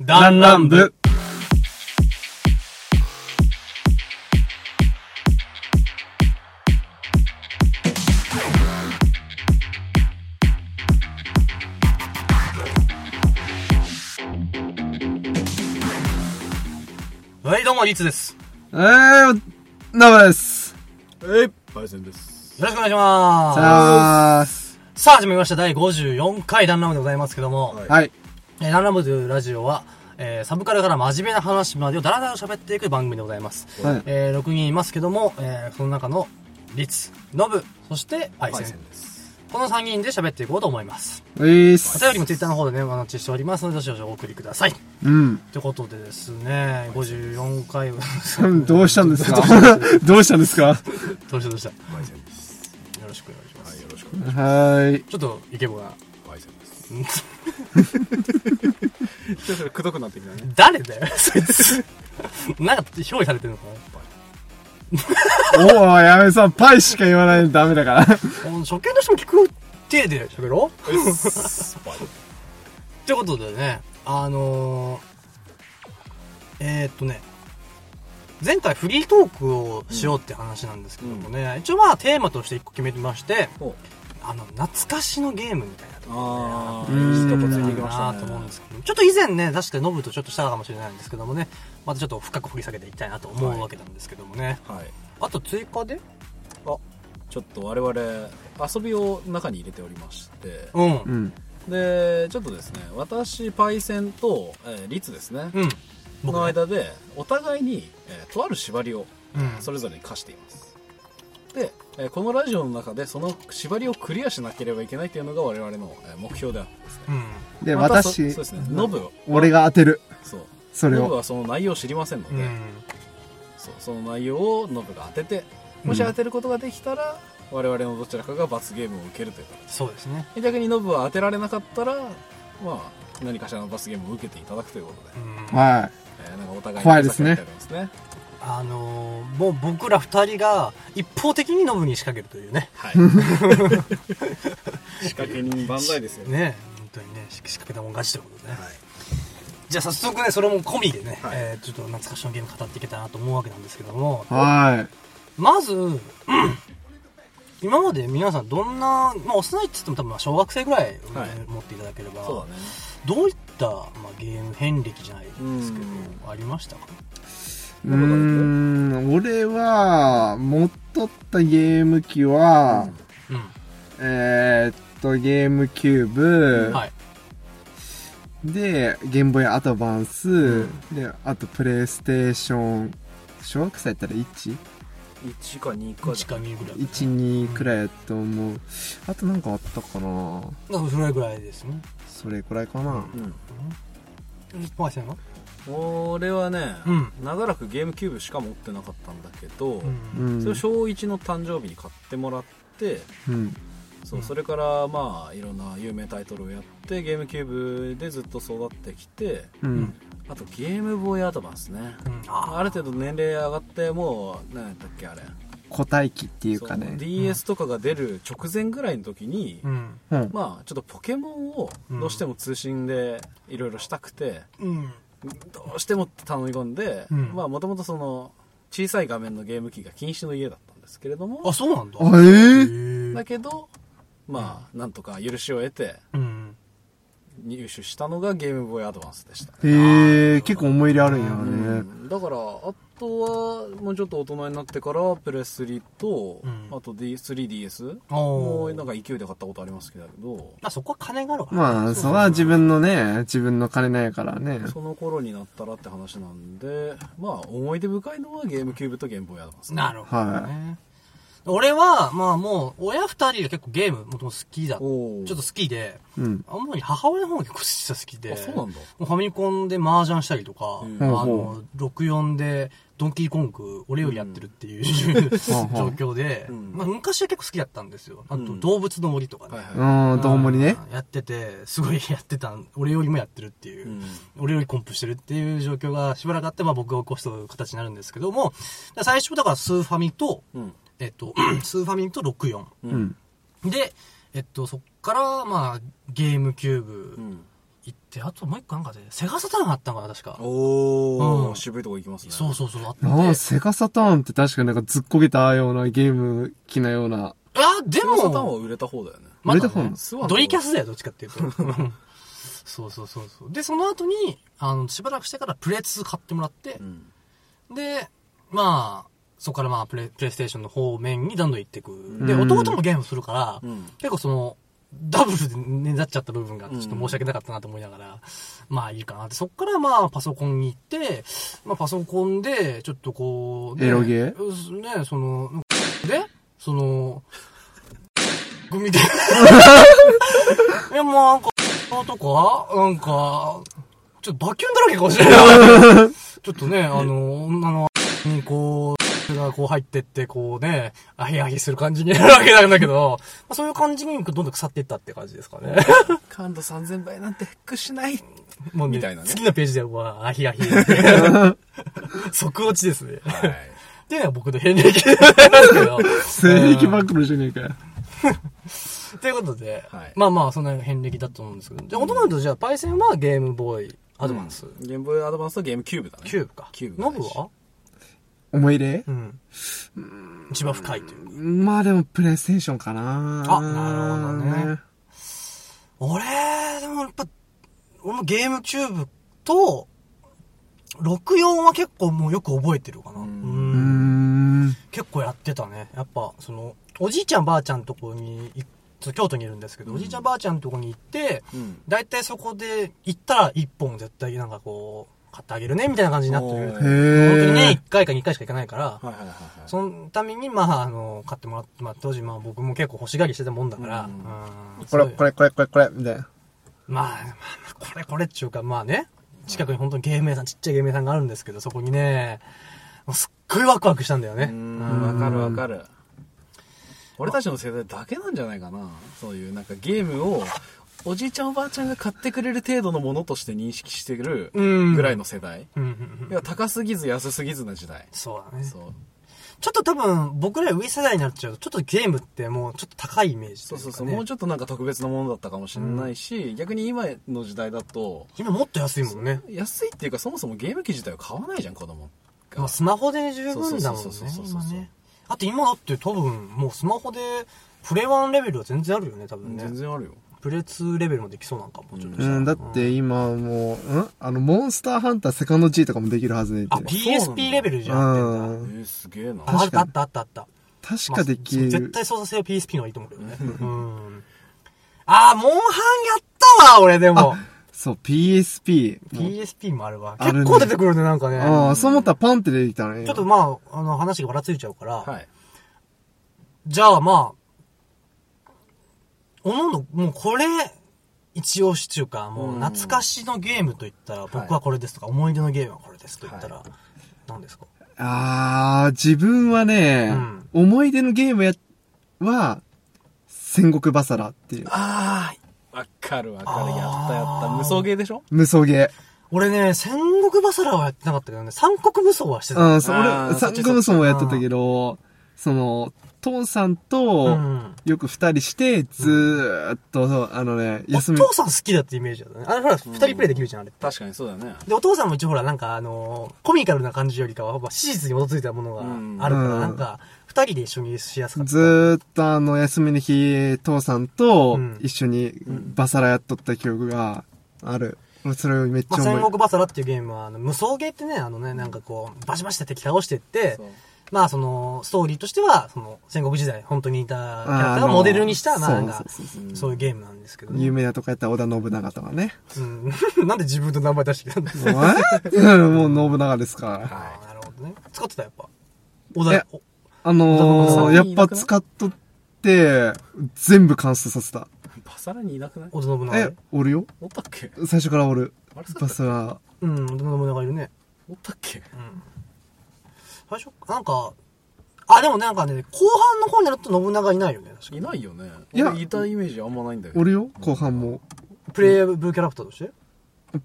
ダンラン部。はい、どうも、リツです。えー、ナバです。えい、バイセンです。よろしくお願いしまさあ、す。さあ、始まりました。第54回ダンラン部でございますけども、はいはい。えーダンラン部というラジオは、えーサブカルから真面目な話までをダラダラ喋っていく番組でございます。はい。えー6人いますけども、えーその中のリツ、ノブ、そしてパイバイセセンン。です。この3人で喋っていこうと思います。ういっおす。便りもツイッターの方でね、お待ちしておりますので、どしどしお送りください。うん。ということでですね、54回、どうしどうしたんですか どうしたんですかたどうしたよバイセンです。ろしくお願いしまはい、す。よろしくお願いしはーい。ちょっと、イケボが、ます。バイセンです。んちょっとくどくなってきたね。誰だよ、 そいつ。なんか、憑依されてるのかおお、やめさん、パイしか言わないとダメだから。なあの初見の人も聞く手で喋ろううっすバイってことでね、あのー、えー、っとね、前回フリートークをしようって話なんですけどもね、一応まあテーマとして一個決めてまして、ほうあの、懐かしのゲームみたいなとこあうーんー、いいとこつろいがていいきましかなたね。と思うんですけど、ちょっと以前ね、確かにノブとちょっとしたかもしれないんですけどもね、またちょっと深く掘り下げていきたいなと思うわけなんですけどもね。はい。あと追加であ、ちょっと我々、遊びを中に入れておりまして、うん。うん。で、ちょっとですね、私、パイセンと、えーリツですね、うん。このね間で、お互いに、えーとある縛りを、うんそれぞれに課しています。で、えーこのラジオの中で、その縛りをクリアしなければいけないというのが我々のえー目標であってですね、うん。で、またそそう私で、すねノブを俺が当てる。そうそれノブを。はその内容を知りませんのうで、ん。そうその内容をノブが当ててもし当てることができたら、我々のどちらかが罰ゲームを受けるというかそうですね。逆にノブは当てられなかったらまあ何かしらの罰ゲームを受けていただくということでう、ん。はえーなんかお互いに怖いですねふざけ合ってるんですねあのー、もう僕ら二人が一方的にノブに仕掛けるというね。はい 仕掛け人万歳ですよねね本当にね、仕掛けたもん勝ちということでね。じゃあ早速ね、それも込みでね、はいえーちょっと懐かしのゲーム語っていけたらなと思うわけなんですけどもい。、はまず、うん今まで皆さんどんな、まあ幼いって言っても多分まあ小学生ぐらい、ねはい持っていただければ、そうだねどういった、まあ、ゲーム遍歴じゃないですけうど、ありましたかい。うーん、俺は、持っとったゲーム機は、うえーっと、ゲームキューん。ブ、はい。で、ゲームボーイアドバンス、で、あとプレイステーション、小学生やったら 1?1、 1か2か1か2ぐらい。 2くらいやと思う。あとなんかあったかなだからそれぐらいですね。それくらいかなうんパイセンは俺はね、うん長らくゲームキューブしか持ってなかったんだけど、ううん。ん。それを小1の誕生日に買ってもらってうん。そううんそれからまあいろんな有名タイトルをやってゲームキューブでずっと育ってきてうん。あとゲームボーイアドバンスねうんある程度年齢上がってもう何やったっけあれ個体機っていうそうかね。 DS とかが出る直前ぐらいの時に、うん。うん。まあちょっとポケモンをどうしても通信でいろいろしたくて、うん。どうしてもって頼み込んで、うんまあもともとその小さい画面のゲーム機が禁止の家だったんですけれどもあ、そうなんだ。あ、ええだけどまあなんとか許しを得てうん。入手したのがゲームボーイアドバンスでした、ねへえ、結構思い入れあるんやうね。んだからあとはもうちょっと大人になってからプレスリと、うんあと D- 3DS もおうーなんか勢いで買ったことありますけどまあそこは金があるから。まあ、それは自分のね、自分の金ないからね。その頃になったらって話なんでまあ思い出深いのはゲームキューブとゲームボーイアドバンスねなるほどね。俺は、まあもう、親二人が結構ゲーム、もともと好きだ。ちょおおっと好きで、うん。主に母親の方が結構実は好きで。あそうなもんだうファミコンで麻雀したりとか、うんあほうほの、64でドンキーコング、俺よりやってるっていう、ほう状況で、うんまあ昔は結構好きだったんですよ。あと、うん動物の森とかね。はいはうん、どうもりね。やってて、すごいやってたん、俺よりもやってるっていう、うん俺よりコンプしてるっていう状況がしばらくあって、まあ僕が起こす形になるんですけども、だから最初だからスーファミと、うんえっと、 スーファミと64。ううん。で、えっと、そっから、まあ、ゲームキューブ、うん行って、あともう一個なんかで、セガサターンあったのかな、確か。おー、うん渋いとこ行きますね。そうそうそう、あって。ああ、あセガサターンって確かになんかずっこけたようなゲーム機なような。でセガサターンも、は売れた方だよね。まだ売れた方ねな、スワンドリキャスだよ、どっちかっていうと。 そうそうそうそう。で、その後に、あの、しばらくしてからプレ2買ってもらってう、ん。で、まあ、そこからまあプレ、プレイステーションの方面にどんどん行っていく。で、うん弟もゲームするから、うん。結構その、ダブルでねだっちゃった部分が、ちうょんっと申し訳なかったなと思いながら、まあいいかなって。そっからまあパソコンに行って、まあパソコンで、ちょっとこう、ね、エロゲーうんね、その、で、その、グミで。 え、もうなんか、とか、なんか、ちょっとバキュンだらけかもしれない。ちょっとね、あの、女の、にこう、がこう入ってって、こうね、あへあへする感じになるわけなんだけど、まあそういう感じにどんどん腐っていったって感じですかね。感度3000倍なんて屈しない。もうね みたいなね次のページでは、あへあ へ。即落ちですね。はい。っていうのが僕の遍歴でございますけど。正義暴露じゃねえかよ。ということで、はいまあまあ、そんな遍歴だと思うんですけど。じゃあ、ほとんどじゃあ、パイセンはゲームボーイアドバンス。ゲームボーイアドバンスとゲームキューブだね。キューブか。キューブノブは思い入れうん。一番深いというか。まあでも、プレイステーションかなあなるほどね。俺、でもやっぱ、俺もゲームキューブと、64は結構もうよく覚えてるかな。う。ううんんん。結構やってたね。やっぱ、その、おじいちゃんばあちゃんとこに行く、京都にいるんですけど、うんおじいちゃんばあちゃんとこに行って、うん。大体そこで行ったら一本絶対なんかこう、買ってあげるね、みたいな感じになっておる。ー本へ当にね、え。一回か二回しか行かないから、はいはいはいはい。そのために、まあ、あの、買ってもらって、まあ、当時、まあ、僕も結構欲しがりしてたもんだから、うんうんこれ、こ。れ、これ、これ、これ、みたいな。まあ、まあまあ、これこれっていうか、まあね、近くに本当にゲーム屋さん、ちっちゃいゲーム屋さんがあるんですけど、そこにね、もうすっごいワクワクしたんだよね。ううんん、わかるわかる。俺たちの世代だけなんじゃないかな。そういうなんかゲームを、おじいちゃんおばあちゃんが買ってくれる程度のものとして認識してるうんぐらいの世代。うんうんうんいや、高すぎず安すぎずな時代。そうだね。そう。ちょっと多分、僕ら上世代になっちゃうと、ちょっとゲームってもうちょっと高いイメージといそうかそね、うそう。もうちょっとなんか特別なものだったかもしれないし、逆に今の時代だと、今もっと安いもんね。安いっていうかそもそもゲーム機自体を買わないじゃん、子供が。まあ、スマホで十分だもんそねうそうそうそう、そう今ね。あと今だって多分、もうスマホで、プレワンレベルは全然あるよね、多分ね全。然あるよ。プレ2レベルもできそうなんかも、ちょっとしたらうん、だって今もう、うんあの、モンスターハンターセカンド G とかもできるはずね。あ、って PSP レベルじうゃんってんだ。ん。えー、すげえな。ああった確かあにったあったあった。確かできまあそうる絶。対操作性は PSP の方がいいと思うけどね。うん。あー、モンハンやったわ、俺でも。そう、PSP。もう PSP もあるわ。あるね結構出てくるね、なんかね。ああ、そう思ったらパンって出てきたね。ちょっとまあ、あの、話がばらついちゃうから、はい。じゃあまあ、おのおの、もうこれ、一押し中か、もう懐かしのゲームといったら、僕はこれですとか、思い出のゲームはこれですといったら、何ですかああ、自分はね、うん思い出のゲームや、は、戦国バサラっていう。ああ、わかるわかる。やったやった。無双ゲーでしょ無双ゲ俺ね、戦国バサラはやってなかったけどね、三国武装はしてー。た。うん、そあー俺、そ三っち国無双もやってたけど、その、父さんうと、んよく二人して、ずーっと、そうあのね、お休み、父さん好きだってイメージだったね。あれほら、二人プレイできるじゃん、あれ。確かにそうだよね。で、お父さんも一応ほら、なんかあのーコミカルな感じよりかは、やっぱ史実に基づいたものがあるかうら、んなんか、二人で一緒にしやすかった。ずーっとあの、休みの日、父さんとうん一緒にバサラやっとった記憶がある。俺それめっちまあ、ゃ戦思い国バサラっていうゲームは、あの、無双ゲーってね、あのね、なんかこう、バシバシって敵倒してってそう、まあその、ストーリーとしては、その、戦国時代、本当にいたキャラクターあをーモデルにした、まああなのんかそうそうそう、そうそういうゲームなんですけどね。有名なとこやったら織田信長と かね。うん。なんで自分の名前出してきたんだえー もう信長ですから。 あはーなるほどね。使ってた、やっぱ。小田、おあ信長のー、さやんいっなくぱない使っとって、全部完成させた。い。バサラにいなくない織田信長えね。、おるよおったっけ最初からおるあれそう。だバったスは、うん、織田信長いるね。おったっけうん。最初、なんか、あ、でもなんかね、後半の方になると信長いないよね、確かいないよね。いや俺いたイメージあんまないんだけおど。るよ後半も。プレイブーキャラクターとして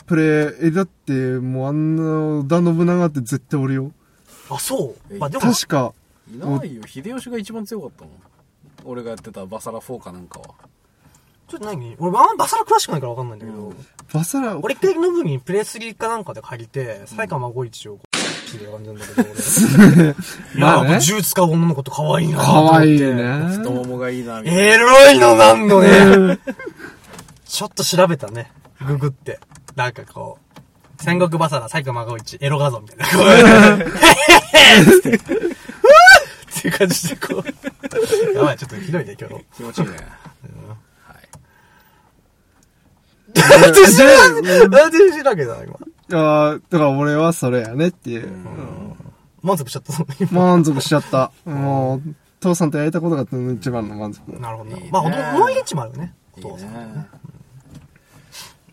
プレイ、え、だって、もうあんな織田信長って絶対おるよ。あ、そう。えまあでも、確か、いないよ。秀吉が一番強かったもん。俺がやってたバサラ4かなんかは。ちょっと何俺、あんまバサラ詳しくないからわかんないんだけど、うんバサラ、俺一回ノブにプレスリーかなんかで借りて、最下孫一をこう、 してる感じなんだけど、俺。いや、まあねやっぱ銃使う女の子って可愛いな。かわいいね。太ももがいいな、みたいな。エロいのなんのね。ちょっと調べたね。ググって。なんかこう、戦国バサラ、最下孫一、エロ画像み たいな。こうへへへっつって。うわ ーっていう感じでこ う。やばい、ちょっとひどいね、今 日。気持ちいいね。はい。なんで知らん、なんで知らんけどな、今。あーだから俺はそれやねっていう。満足しちゃった、その今。満足しちゃった。もう、父さんとやりたことが一番の満足。なるほどいいねね。まあ、思い出っちもあるよね。おいい父さん。ね。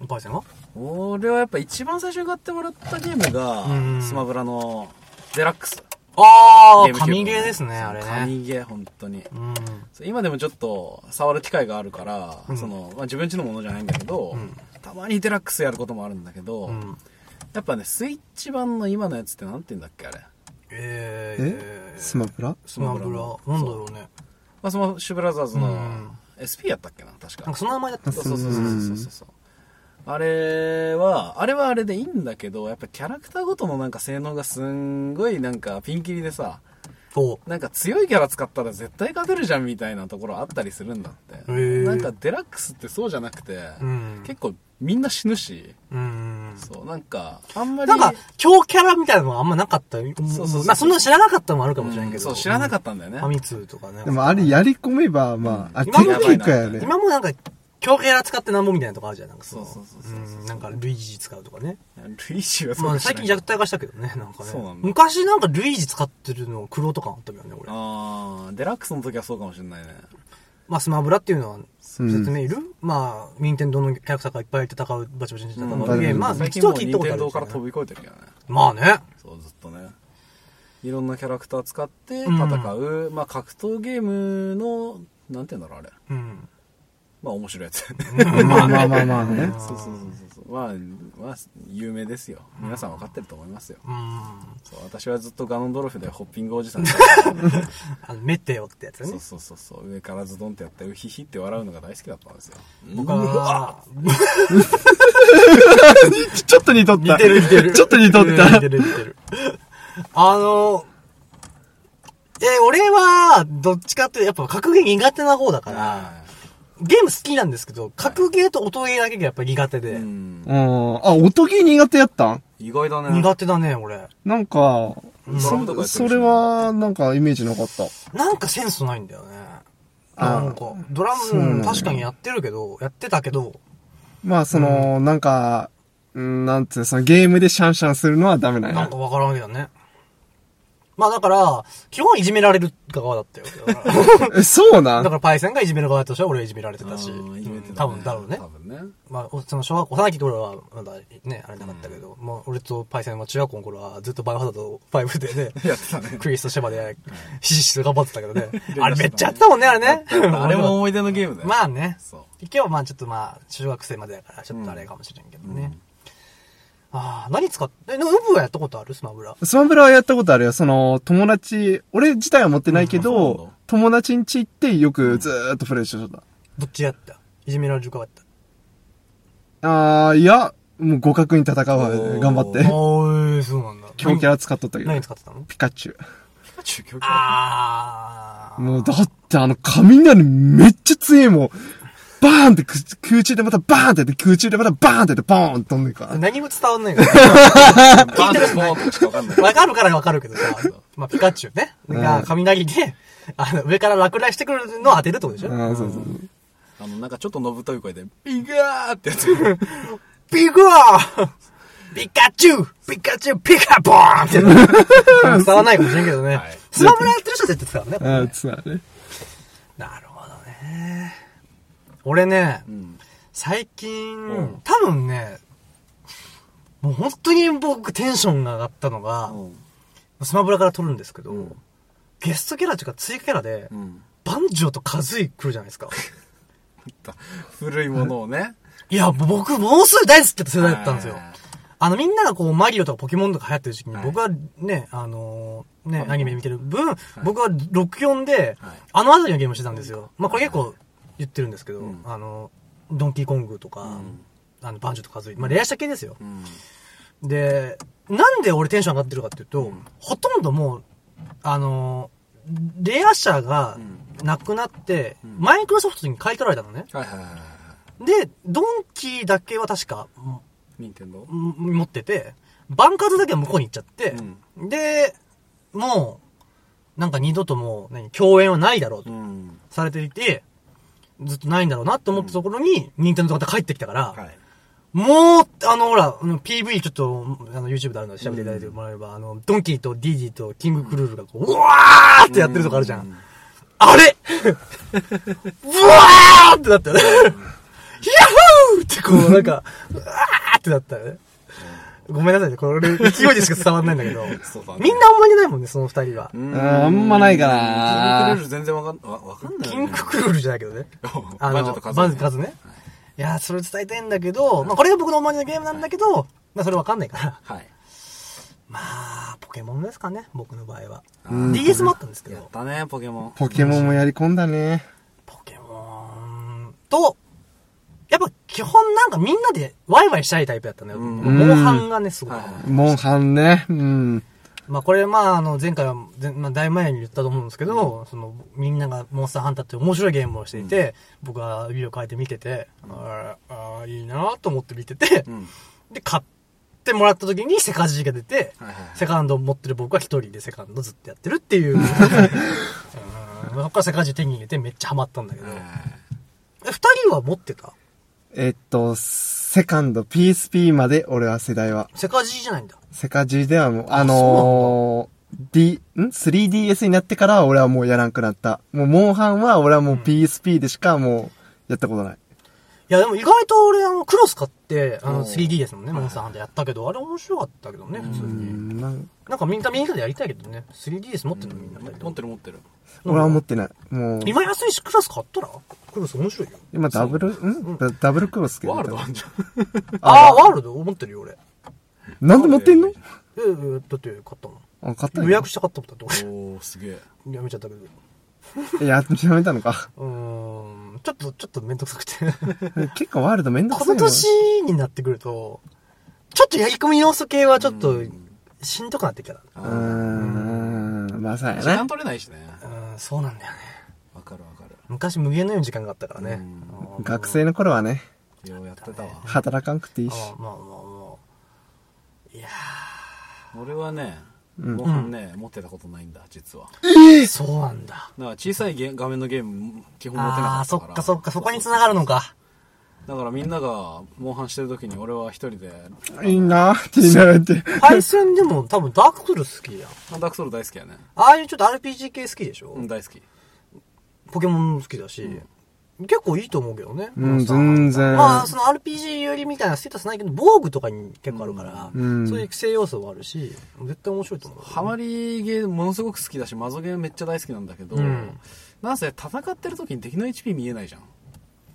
おばあちゃんは俺はやっぱ一番最初に買ってもらったゲームうんが、スマブラのデラックス。ああ、ゲームキューブ神ゲーですね、あれね。神ゲー、本当に。うん。そう今でもちょっと触る機会があるから、うんそのまあ、自分ちのものじゃないんだけど、んたまにデラックスやることもあるんだけど、うん。やっぱねスイッチ版の今のやつってなんて言うんだっけあれ、ええー、スマブラスマブラ。なんだろうね。まあ、そのシュブラザーズうのん SP やったっけな確なんかかその名前だったそうそううそうそうそうそうそうあれはあれはあれでいいんだけどやっぱキャラクターごとのなんか性能がすんごいなんかピンキリでさそなんか強いキャラ使ったら絶対勝てるじゃんみたいなところあったりするんだってへえなんかデラックスってそうじゃなくて、う。うん。結構みんな死ぬし、うん。そう、なんか、あんまり、なんか、強キャラみたいなのがあんまなかった。そうそうそうまあ、そんなの知らなかったのもあるかかもしれんけど。そう、知らなかっったんだよねファ。ミ通とかね。でもあれやり込めば、まあ、あ、テ今クのニックやうね。今もなんか、強キャラ使ってなんぼみたいなとこあるじゃん。なんかのそうそうそうそうそうんなんか、ルイージ使うとかね。ルイージはまあ、知ら最な近い弱体化したけどね、なんかね。そうなんだ昔なんかルイージ使ってるの苦労とかあったよね、俺。あー、デラックスの時はそうかもしれないね。まあ、スマブラっていうのは、説ん明いる、まあ、任天堂のキャラクターがいっぱい戦う、バチバチに戦ううんゲーム。まあ、最一近度もうは聞いた任ことある天堂けどかねら飛び越えてるけどね。まあね。そう、ずっとね。いろんなキャラクター使って戦う、まあ格闘ゲームの、なんて言うんだろう、あれ。うん。まあ面白いやつ。まあまあまあまあね。 そうそうそうそう。まあ、まあ、有名ですよ。皆さん分かってると思いますよ。うん。あそう、私はずっとガノンドルフでホッピングおじさんの、メテオってやつねそう。そうそうそう上からズドンってやってウヒヒって笑うのが大好きだったんですよ僕は、ちょっと似とった。似てる似てる。ちょっと似とっうん似たて。る似てる。あの、え、俺は、どっちかっていうと、やっぱ格ゲー苦手な方だから、ゲーム好きなんですけど、格ゲーと音ゲーだけがやっぱ苦手うで、んうん。あ、音ゲー苦手やったん意外だね苦手だね、俺。なんか、うんドラムとかやってるしそれは、なんかイメージなかった。なんかセンスないんだよね。あーなんか、ドラそうなんム、だ確かにやってるけど、やってたけど、まあ、その、なんか、うんなんつう、そのゲームでシャンシャンするのはダメなんなんやか。わからんわけだね。まあだから、基本いじめられる側だ ったよ。だから え、そうなだんからパイセンがいじめる側だとしては俺はいじめられてだたし、しうん多分だろうね多。分ねまあ、おその小学校、幼き頃はまだね、あれなかったけど、もう俺とパイセンは中学校の頃はずっとバイオハザード5でね、 やってたね。クリストシェバで、ひしひしと頑張ってたけどねあれめっちゃやってたもんね、 あれね。あれも思い出のゲームだよまあね。そう今日はまあちょっとまあ、中学生までだから、ちょっとあれかもしれんけどね。ああ、何使って、え、ウブはやったことあるスマブラ。スマブラはやったことあるよ。その、友達、俺自体は持ってないけうんそうなんどだ、友達ん家行ってよくずーっとプレイしてた。どっちやったいじめられる側やった。あー、いや、もう互角に戦うわ、おー頑張って。えああ、そうなんだ。強キャラ使っとったけど何。使ってたのピカチュピカチュウ教あウ。もう、だってあの、雷めっちゃ強いもん。バーンってく空中でまたバーンってやって、空中でまたバーンってやって、ボーンって飛んでいくから。何も伝わんないから。 バーンってボーンってしかわかんないわかるからわかるけどさ、まあ、ピカチュウね。が、雷で、あの、上から落雷してくるのを当てるってことでしょあーそうそうそう。あのなんかちょっとのぶとい声でビガーってやつピグアーピカチュウピカチュウピカボーンって。伝わらないかもしれんけどねい。スマブラやってる人は絶対使うね。あー、つまりね。なるほどね。俺ね、ん最近、うん多分ね、もう本当に僕テンションが上がったのが、スマブラから撮るんですけど、ゲストキャラというか追加キャラで、うんバンジョーとカズイ来るじゃないですか。古いものをねいや、僕、もうすぐ大好きだった世代だったんですよはいはいはい。あの、みんながこう、マリオとかポケモンとか流行ってる時期に、はい僕はね、あのーね、はいアニメ見てる分、僕は64で、はいあの辺りのゲームしてたんですよ。まあ、これ結構言ってるんですけど、あのードンキーコングとか、うんあの、パンチとかずい、まあ、レアした系ですよ。うん。で、なんで俺テンション上がってるかっていうと、ほとんどもう、あのーレア社がなくなって、マイクロソフトに買い取られたのね。はいはいはいはい。で、ドンキーだけは確か、任天堂ん持ってて、バンカーズだけは向こうに行っちゃって、で、もう、なんか二度ともう、何、共演はないだろうとうん。されていて、ずっとないんだろうなと思ったところに、任天堂がまた帰ってきたから、はい。もう、あの、ほら、あの PV ちょっと、あの、YouTube であるので調べていただいてもらえれば、あの、ドンキーとディディとキングクルールがこう、うわーってやってるとこあるじゃん。あれうわーってなったよね。ヤッホーってこう、なんか、うわーってなったよね。ごめんなさいね、これ、勢いでしか伝わんないんだけどそうだ、ねみんなあんまりないもんね、その二人は。うん、あんまないかなキングクルール全然わかん、わ、わかんないキよンね。グクルールじゃないけどね。あバンジのョと、カズバンジョとカズね。いやー、それを伝えてんだけど、まあ、これが僕の思い出のゲームなんだけど、まあ、それわかんないから。はい。まあ、ポケモンですかね、僕の場合は。うん DS もあったんですけやっど、たね、ポケモン。ポケモンもやり込んだね。ポケモンと、やっぱ基本なんかみんなでワイワイしたいタイプだったのよ。うん防犯がね、すごい。はいはいモンハンね。うん。まあこれ、まああの、前回は、ぜまあ大前に言ったと思うんですけど、その、みんながモンスターハンターって面白いゲームをしていて、僕は指を変えて見てて、あーあー、いいなと思って見てて、うん。で、買ってもらった時にセカジーが出て、はいはいはい。セカンド持ってる僕は一人でセカンドずっとやってるっていう。うんそっからセカジ手に入れてめっちゃハマったんだけど。え二人は持ってたえっと、セカンド PSP まで俺は世代は。セカジじゃないんだ。セカジではもう、あのー、D、ん ?3DS になってからは俺はもうやらんくなった。もう、モンハンは俺はもう PSP でしかもう、やったことない。いやでも意外と俺あのクロス買って、あのおー 3DS のね、モンスターハンターやったけど、あれ面白かったけどね、普通うに。ん、なんなんかみんなみんなでやりたいけどね。3DS 持ってるのみんな二人持ってる持ってる。俺は持ってない。もう、今安いしクロス買ったらクロス面白いよ。今ダブル、んダダブルクロスけど。ワールドあんじゃん。ああ、ワールド持ってるよ俺。なんで持ってんのえー、だって買ったの。あ、買った予約して買ったことだっておー、すげえ。俺。やめちゃったけど。いや、やめたのか。うーん、ちょっと、ちょっとめんどくさくて。結構ワールドめんどくこさのいな。年になってくると、ちょっとやり込み要素系はちょっと、しんどくなってきたな。あうーーん、まあそうや時間な。取れないしね。うん、そうなんだよね。わかるわかる。昔無限のように時間があったからね。うん学生の頃はね、ようやってたわ。働かんくていいし。あまあまあまあ。いや俺はね、モンハンね、持ってたことないんだ、実は。だかー、そうなんだ。ら小さいゲ画面のゲーム、基本持てなああー、かったそから。っかそっか、そこに繋がるのか。だからみんなが、モンハンしてる時に俺は一人で、いいなーって言いながら言って。対戦でも多分ダーククルー好きやん。ダークソウル大好きやね。ああいうちょっと RPG 系好きでしょ、うん、大好き。ポケモンも好きだし、結構いいと思うけどね。うん、全然。まあ、その RPG 寄りみたいなステータスないけど、防具とかに結構あるから、んそういう育成要素もあるし、絶対面白いと思う。ハマりゲーものすごく好きだし、マゾゲーめっちゃ大好きなんだけど、うんなんせ戦ってる時に敵の HP 見えないじゃん。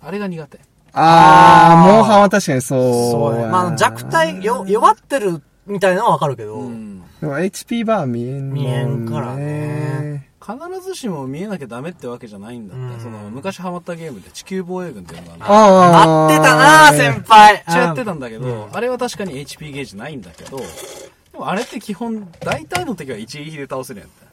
あれが苦手。あー、モンハンは確かにそう。そうね。まああの、弱。体、よ、弱ってるみたいなのはわかるけど、うん。でも HP バー見えんもんね。見えんからね。必ずしも見えなきゃダメってわけじゃないんだって。うんその、昔ハマったゲームで地球防衛軍っていうのがあるあ合ー。ってたなぁ、先輩。めっちゃやってたうんんだけど、あれは確かに HP ゲージないんだけど、でもあれって基本、大体の敵は一撃で倒せるやんって。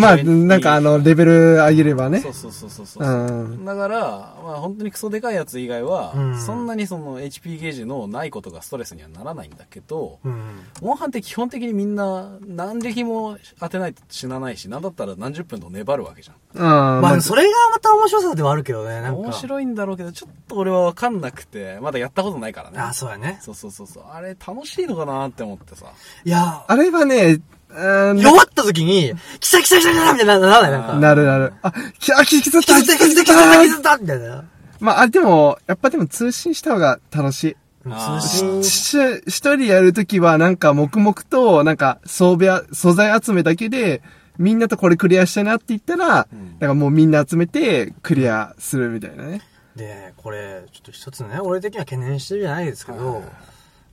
まあ、なんかあの、レベル上げればね。そうそうそうそうそう。うんだから、まあ本当にクソでかいやつ以外は、うんそんなにその HP ゲージのないことがストレスにはならないんだけど、うん。モンハンって基本的にみんな何撃も当てないと死なないし、なんだったら何十分と粘るわけじゃん。うん。ままあ、それがまた面白さではあるけどね、なんか。面白いんだろうけど、ちょっと俺はわかんなくて、まだやったことないからね。あ、そうやね。そうそうそうそう。あれ楽しいのかなって思ってさ。いや、あれはね、うーん弱った時に、キサキサキサキサみたいな、ならない、なんか。なるなる。あ、き、あ、き、きずっキた、サきキサずキサっキサたキ。サたみたいな。まあ、あれでも、やっぱでも通信した方が楽しい。うんあー通信し一人やるときは、なんか、黙々と、なんか、装備や、素材集めだけで、みんなとこれクリアしたいなって言ったら、んなんかもうみんな集めて、クリアするみたいなね。で、これ、ちょっと一つね、俺的には懸念してるじゃないですけはいはいど、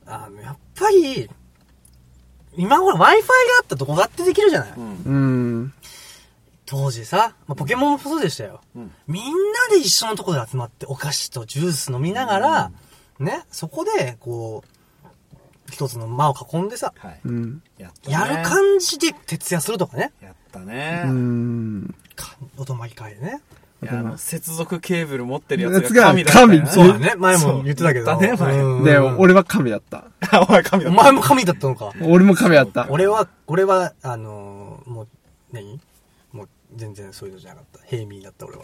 あの、やっぱり、今ほら Wi-Fi があったとこだってできるじゃない、んうん。当時さ、まあ、ポケモンもそうでしたよ。うんみんなで一緒のところで集まってお菓子とジュース飲みながら、ね、そこで、こう、一つの間を囲んでさ、はい。うん。やったね。やる感じで徹夜するとかね。やったねう。ん。かお泊まり会でね。いやあの、接続ケーブル持ってるやつやつがが神だったよね。神そうだね。前も言ってたけど。だね、前。うんで、俺は神だった。 あ、お前神だおった。前も神だったのか。俺も神だった。俺は、俺は、あのーもう、何もう、全然そういうのじゃなかった。平民だった、俺 は。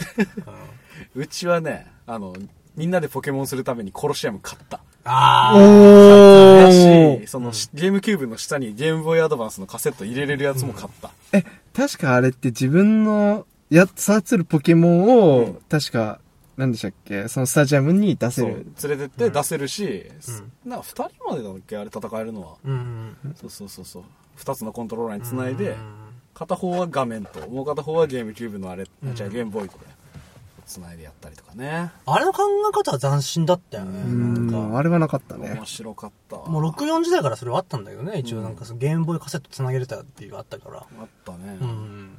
うん、うちはね、あの、みんなでポケモンするためにコロシアム買った。あおー。だーし、。その、ゲームキューブの下にゲームボーイアドバンスのカセット入れれるやつも買った。え、確かあれって自分のや、育てるポケモンを、うん確か、なんでしたっけ、そのスタジアムに出せそう、る。連れてって出せるし、な、二人までだっけあれ戦えるのは。うん。そうそうそうそう。二つのコントローラーにつないで、うん片方は画面と、もう片方はゲームキューブのあれ、じゃあゲームボーイとか、つないでやったりとかね。あれの考え方は斬新だったよね。うなんん、か。あれはなかったね面。白かったわ。もう64時代からそれはあったんだけどね、一応なんかそのゲームボーイカセット繋げれたっていうのがあったから。あったね。うん。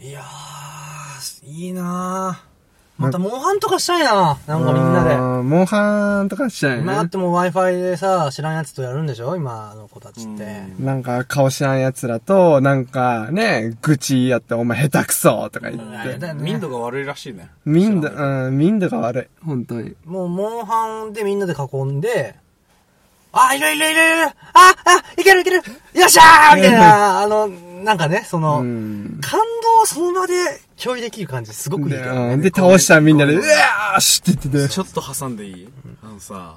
いやー、いいなー。またモンハンとかしたいななんかみんなで。あーモンハンとかしちゃうよ今だっね。てもう Wi-Fi でさ、知らんやつとやるんでしょ今の子たちって。うんなんか、顔知らん奴らと、なんか、ね、愚痴やって、お前下手くそとか言んっあれて。だよね民度が悪いらしいね。民度、うん、民度が悪い。本当に。もう、モンハンでみんなで囲んで、あ、いるいるいるいるあ、あ、いけるいけるよっしゃーみたい な、あの、なんかね、その、うん。感動をその場で共有できる感じすごくいいで、からねうんで倒したらみんなで、うわーしって言ってて。ちょっと挟んでいいあのさ、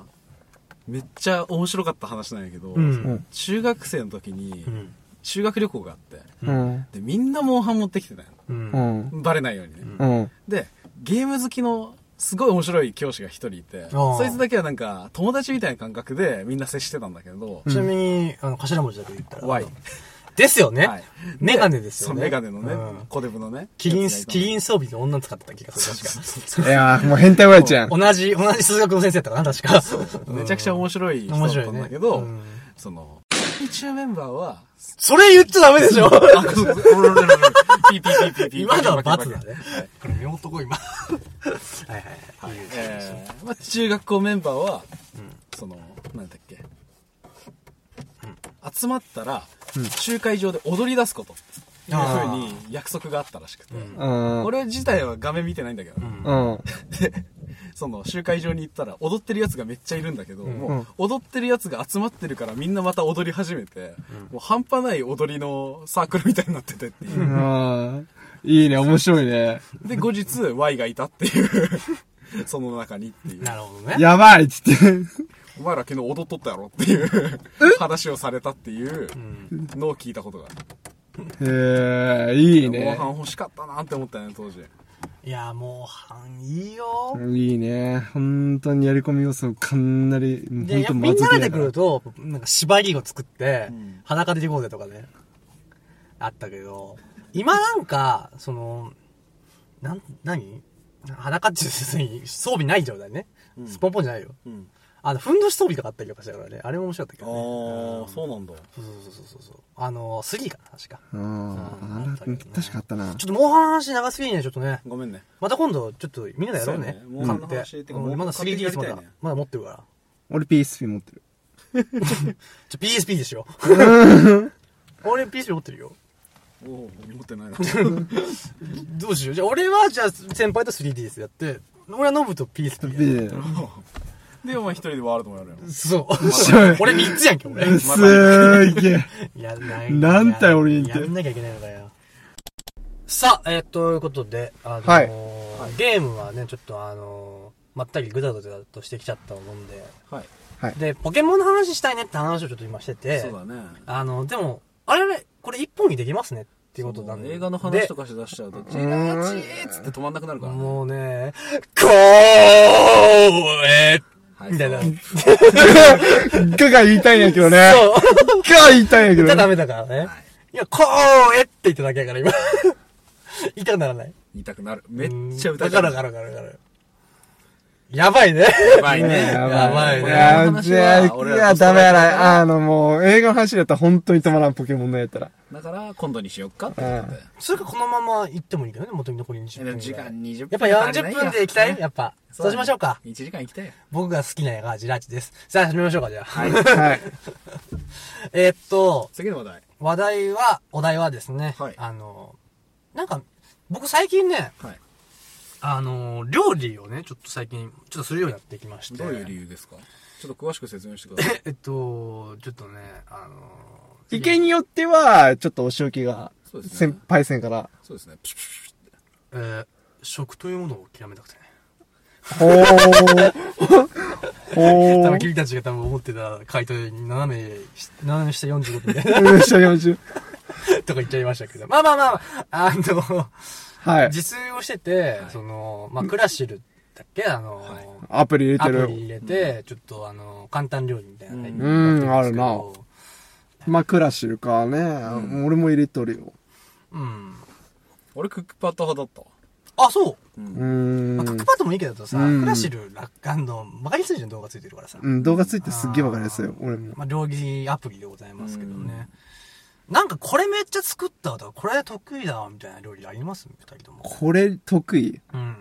めっちゃ面白かった話なんやけど、うん中学生の時にう、ん。修学旅行があって、うん。で、みんなモンハン持ってきてたよ。うん。ううん。ん。バレないようにね。うん。で、ゲーム好きの、すごい面白い教師が一人いて、ああそいつだけはなんか、友達みたいな感覚でみんな接してたんだけど、ちなみに、あの、頭文字だけ言ったら。 Y。ですよね。はいメガネですそよう、ね。メガネのねうん、コデブのね。キリン、やつがいたのキリン装備の女使ってた気がする、確いやー、もう変態親父やん。 か。同じ、同じ数学の先生だったかな、確か。めちゃくちゃ面白い人だ面っ白たいんね。だけど、うんその、一応メンバー は、それ言っちゃダメでしょあ、そうそうそうピーピーピーピーピー。今のは罰だはねい。これ見事こ今。 はいはいはい。いいですえーまあ、中学校メンバーは、その、なんだっけ。集まったら、集会場で踊り出すこと。いうあふうーに約束があったらしくて。うん。俺自体は画面見てないんだけどね、うん。 その集会場に行ったら踊ってるやつがめっちゃいるんだけど、もううん踊ってるやつが集まってるからみんなまた踊り始めて、もう半端ない踊りのサークルみたいになっててっていう。うんいいね、面白いね。で、後日 Y がいたっていう、 その中にっていう。なるほどね。やばいっつって。お前ら昨日踊っとったやろっていう話をされたっていうのを聞いたことがある。へえ、いいモンねハ。ン欲しかったなって思ったね、当時。いや、もう、はん、いいよ。いいね。本当にやり込み要素かなり、本で、やっぱ当みんな慣れてくるる。と、なんか縛りを作って、ん裸で行こうぜとかね、あったけど、今なんか、その、なん、何裸っていうに装備ない状態ね。スポンポンじゃないよ。うん。あの、ふんどし装備とかあったりとかしたからね。あれも面白かったけあどね。あ、そうなんだ。そうそうそうそうそう。あの、スリーかな、確か。ああ、あら確かあったな。ちょっとモンハンの話長すぎるね、ちょっとね。ごめんね。また今度、ちょっとみんなでやろうね。そうねモンハンの話買っててかうんまだ買ってや 3DS りたまいねだ、まだ持ってるから。俺 PSP 持ってる。ちょ、PSP でしょ。俺 PSP 持ってるよ。おお、持ってないな。 どうしよう。じゃあ、俺は、じゃあ、先輩と 3DS やって、俺はノブと PSP やる。で、で、お前一人でワールドもやるやろ。そう。 俺3つやんけ、 俺。すーげえ。やんない。なんだよ俺に言っやてんなきゃいけないのかよ。さあ、えー、ということで、あのーはいゲームはね、ちょっとあのーまったりぐだぐだとしてきちゃったと思うんで、はい。で、ポケモンの話したいねって話をちょっと今してて、そうだね。あの、でも、あれあれ、これ一本にできますねっていうことなんで。映画の話とかし出しちゃうと、チーチーっつって止まんなくなるで。からね。もうね、こーえはいみたいな。そうガが言いたいんやけどね。そう。ガ言いたいんやけ言っちゃダどね。メだからね。いや、こうえって言っただけだから、今。 言いたくならない。言いたくなる。めっちゃうん歌わいたかるわかいるわかるわかる。やばいね。 やばいね。やばいねこいれのや、話じゃあ、は俺いらや、としてダはメやな。あの、もう、映画の話だったら本当に止まらん、ポケモンのやったら。だから、今度にしよっかって言って。それかこのまま行ってもいいけどね、元に残り20分ぐらい。時間20やっ分ぱ40分で行きたいやっぱ。そそうしましょうか。 1時間行きたいよ。僕が好きな映画はジラチです。さあ、始めましょうか、じゃあ。はい。はい。えーっと、次の話題。話題は、お題はですね、はいあの、なんか、僕最近ね、はい。あの、料理をね、ちょっと最近、ちょっとするようになってきまして。どういう理由ですかちょっと詳しく説明してください。 えっと、ちょっとね、あの、意見によっては、ちょっとお仕置きがそう、ですね先輩線から。そうですね。プシュプシュプシュってえー食というものを極めたくてね。ほー。多分ほー。君たちが多分思ってた回答に斜めし、斜め下45分で うん、下40。とか言っちゃいましたけど。まあまあまあ、あの、はい。自炊をしてて、その、まあ、クラシルだっけあの、アプリ入れてアプるリ。入れて、ちょっとあの、簡単料理みたいなね。うんやってまうんまあ、クラシルかね。俺も入れとるよ。すけどうん。俺、クックパッド派だったわ。あ、そううまあ、クッーんク。パッドもいいけどさ、うんクラシル、楽観の、曲がり筋の動画ついてるからさ、うん、動画ついてすっげえわかりやすいよ、俺も。まあ、料理アプリでございますけどね。なんかこれめっちゃ作ったわとか、これ得意だわみたいな料理あります二人とも。これ、得意うん。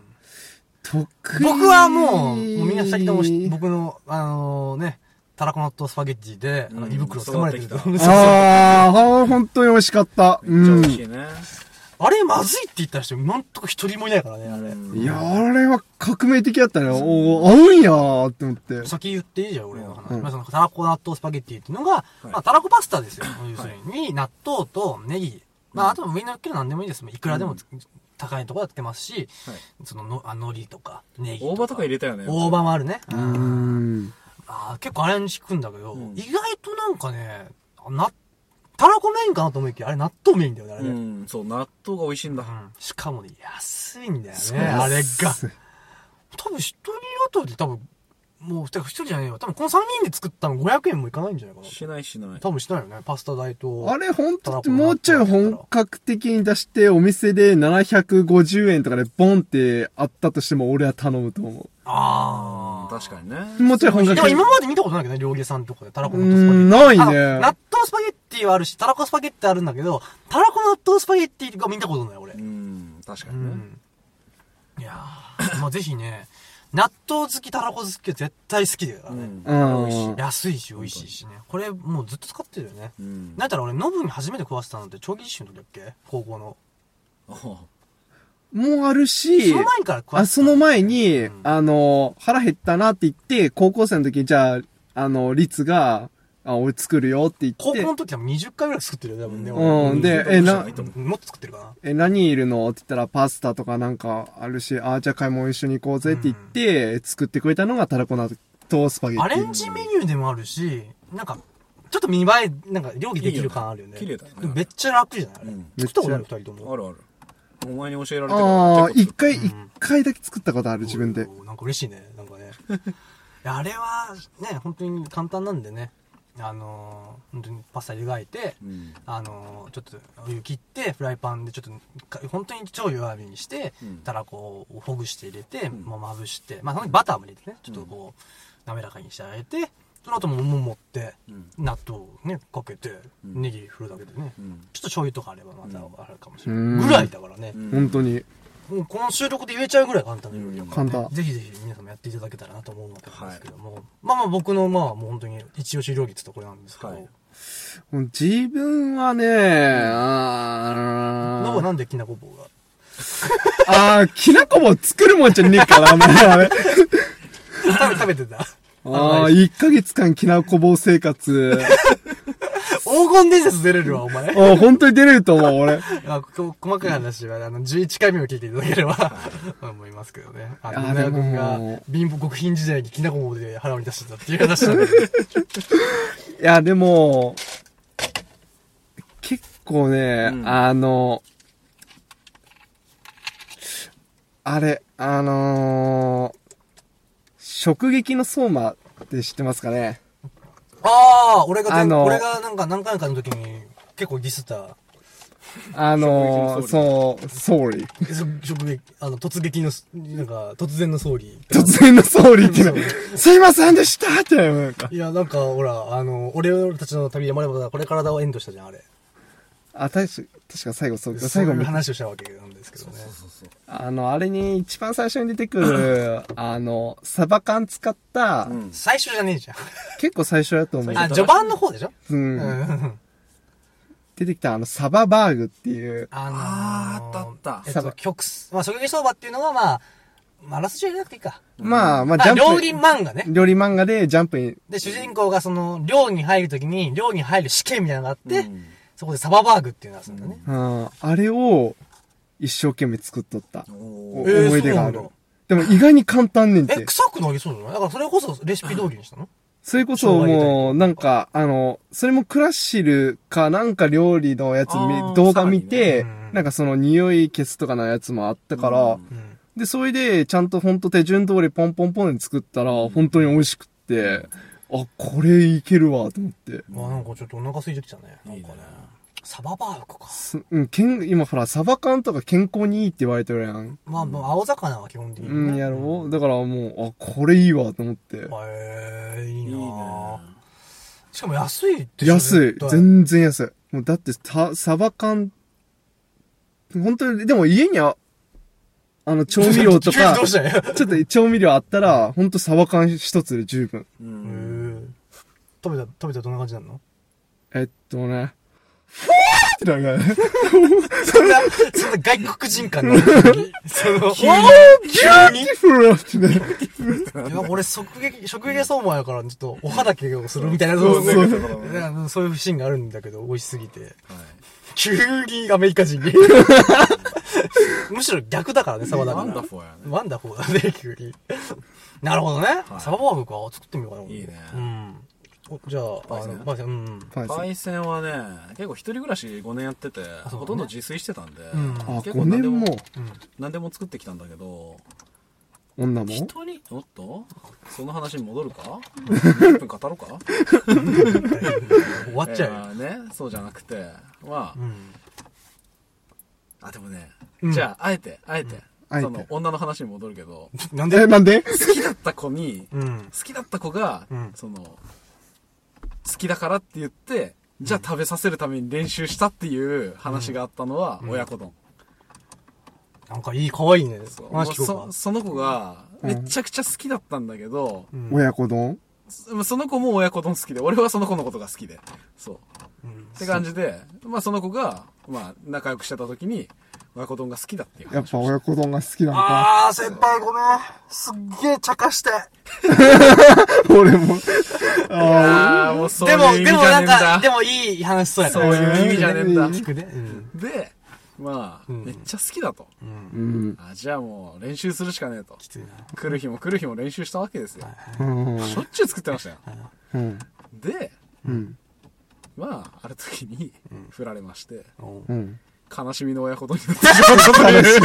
得意僕はもう、もうみんな二人とも知っ僕の、あのね、たらこ納豆スパゲッティで、あのうん胃袋をつかまれてると。育ってそきうそうあー、本当に美味しかった。うめっちゃ美ん。味しいいね。あれまずいって言った人、今んとこ一人もいないからね、あれ。うんや、あれは革命的だったね。おー、合うんやーって思って。先言っていいじゃん、俺の話。うんまあそのたらこ納豆スパゲッティっていうのが、いまあ、たらこパスタですよ。要するに、納豆とネギ。まあ、あとは上に乗っけるの何でもいいです。いくらでもつ、高いところはつけますし、そのの、あのりとか、ネギとか。大葉とか入れたよね。大葉もあるね。うーん。あー結構アレンジ効くんだけど、うん意外となんかね、な、たらこメインかなと思いきや、あれ納豆メインだよね、あれ。ううんん、そう、納豆が美味しいんだ。しかもね、安いんだよそうね、あれが。安い多分一人当たり多分、もう、てか一人じゃねえよ。多分この3人で作ったの500円もいかないんじゃないかな。しないしない。多分してないよね、パスタ代と。あれ、ほんと、もうちょい本格的に出して、お店で750円とかでボンってあったとしても、俺は頼むと思あー。確かにね。う。もうちょい本でも格的今。まで見たことないけどね、料理屋さんとかで、たらこうの納豆スパゲッティん、ないあのね。納豆スパゲッティはあるし、たらこスパゲッティあるんだけど、たらこ納豆スパゲッティが見たことない、俺う。ん、確かうにね。ん。いやー、まあぜひね、納豆好き、たらこ好きは絶対好きだからうね。ん。うん美味しい。安いし、美味しいしね。これ、もうずっと使ってるよね。うん。なんやったら俺、ノブに初めて食わせたのって、長期実習の時だっけ高校の。おうもうあるしその、前から食わあ、せたその前に、んあの、腹減ったなって言って、高校生の時に、じゃあ、あの、律が、あ、俺作るよって言高校っのて、時は20回ぐらい作ってるよね、多分ね。うん俺でうんえなもっと作ってるかな。え、何いるのって言ったら、パスタとかなんかあるし、あ、じゃあ買い物一緒に行こうぜって言って、作ってくれたのがタラコ納豆スパゲッアテレィン。ジメニューでもあるし、なんか、ちょっと見栄え、なんか料理できる感あるよね。綺麗だねでもめっちゃ楽じゃないあれうん作ったことある二人とも。あるある。お前に教えられてああ、一回、ん一回だけ作ったことある、自分で。おーなんか嬉しいね。なんかね。いやあれは、ね、本当に簡単なんでね。あのー、本当にパスタ湯がいて、うんあのー、ちょっとお湯切って、フライパンでちょっとか、本当に超弱火にして、うんたらこをほぐして入れて、んまあまぶして、まあ、その時バターも入れてね、ちょっとこう、滑らかにしてあげて、その後ももう持って、うん納豆をね、かけて、んネギ振るだけでね、うんちょっと醤油とかあればまたあるかもしれうんない。ぐらいだからね。うん本当に。もうこの収録で言えちゃうぐらい簡単な料理だから、ね簡単ぜひぜひ皆さんもやっていただけたらなと思うわけなんですけども、まあまあ僕のまあもう本当に一押し料理って言ったらこれなんですけど、はいもう自分はね、ノブあーなんできなこ棒があー、きなこも作るもんじゃねえから、もうあれ。食べ食べてたああ、1ヶ月間きなこ棒生活。 黄金伝説出れるわ、お前。あ本当に出れると思う、俺。あこ細かい話は、あの、11回目を聞いていただければ、思いますけどね。あの、あでも君が貧乏国貧時代にきなこ棒で腹を満たしてたっていう話なんだけどいや、でも、結構ね、うんあの、あれ、あのー、食撃の相馬って知ってますかねああ、俺が全、あの俺がなんか何回かの時に結構ディスった。あのー、そう、sorry。直撃、あの、突撃の、なんか、突然の総理。突然の総理っていうの すいませんでしたってなるなんか。いや、なんか、ほら、あの、俺たちの旅山々がこれ体をエンドしたじゃん、あれ。あ、確か、確か最後、そうか、最後そうい見う話をしたわけなんですけどね。そうそう。あの、あれに一番最初に出てく る、あの、サバ缶使った、うん。最初じゃねえじゃん。結構最初だと思う。あ、序盤の方でしょううんん。出てきたあの、サババーグっていう、あのー、あーあったあっえたっと、曲、まあ、職業相場っていうのは、まあ、まあ、あらすじは入れなくていいか。まあ、まあ、ジャあ、ンプ。料理漫画ね。料理漫画でジャンプに、で、主人公がその、寮に入るときに、寮に入る試験みたいなのがあって、うんそこでサババーグっていうのがするんだね。うん、あれを一生懸命作っとった。おおーえー思い出があるそうなんだ。でも意外に簡単ねんえ、て。臭くなりそうじゃないだからそれこそレシピ通りにしたのそれこそもう、なんか、あの、それもクラシルかなんか料理のやつ見あー動画見て、さらにねうんなんかその匂い消すとかのやつもあったから、うんうん。で、それで、ちゃんとほんと手順通りポンポンポンで作ったら、本当に美味しくって、あ、これいけるわ、と思って。あ、なんかちょっとお腹空いてきたね。なんかね。サババーグか。すうん、けん今ほら、サバ缶とか健康にいいって言われてるやん。まあ、もう青魚は基本的に、うん、ね。やろうだからもう、あ、これいいわ、と思って。へえー、いいいいなね。ぁしかも安いでしょ安い絶。対全然安い。もうだって、た、サバ缶、本当に、でも家にあ、あの、調味料と 急に か、どうしちたんや。ょっと調味料あったら、本当サバ缶一つで十分。う。うんん。食べた、食べたらどんな感じなのえっとね。ふわーってなんか、そんな、そんな外国人感の。その、急 にフローってね。いや俺、即撃、食撃相馬やから、ちょっと、お肌けをするみたいな、そうそなうんかなんかそういうシーンがあるんだけど、美味しすぎて。はい急にアメリカ人に。むしろ逆だからね、サバだかワら。ンダフォーやね。ワンダフォーだね、急に。なるほどね。いサババーグか、作ってみようかな。俺いいねうん。おじゃあ、パイあセンの、パイセンうん。パイセンパイセンはね、結構一人暮らし5年やってて、そうほとんど自炊してたんで、んあ、結5構何で年も、うん。何でも作ってきたんだけど、女人もに、おっとその話に戻 るか ?10 分語ろうか終わっちゃうよ。えーね、そうじゃなくて、まあ、うん。あ、でもね、うんじゃあ、あえて、あえて、あえてその女の話に戻るけ ど、なんえ、でなんで好きだった子に、うん。好きだった子が、うんその、好きだからって言って、じゃあ食べさせるために練習したっていう話があったのは親子丼。なんかいい、可愛いねそう。話もう聞こうそその子が、めちゃくちゃ好きだったんだけど、か。うん親子丼そその子も親子丼好きで、俺はその子のことが好きで。そう。うんって感じで、まあその子が、まあ仲良くしてた時に、親子丼が好きだっていうやっ話ぱをし親子丼が好きなのか。あー、先輩ごめん。すっげえ茶化して。俺も。た。ああ、もうそういでも、う意味でじもゃなねえんんか、でだ。もいい話しそうやったそういう意味じゃねえんだ。聞くね。うん。で、まあ、うんめっちゃ好きだと。うん。うん。あじゃあもう練習するしかねえと。きついな。来る日も来る日も練習したわけですよ。うん。しょっちゅう作ってましたよ。うん。で、うん。まあ、ある時に振られまして、おううん。悲しみの親子丼になってしま ったと悲いしう。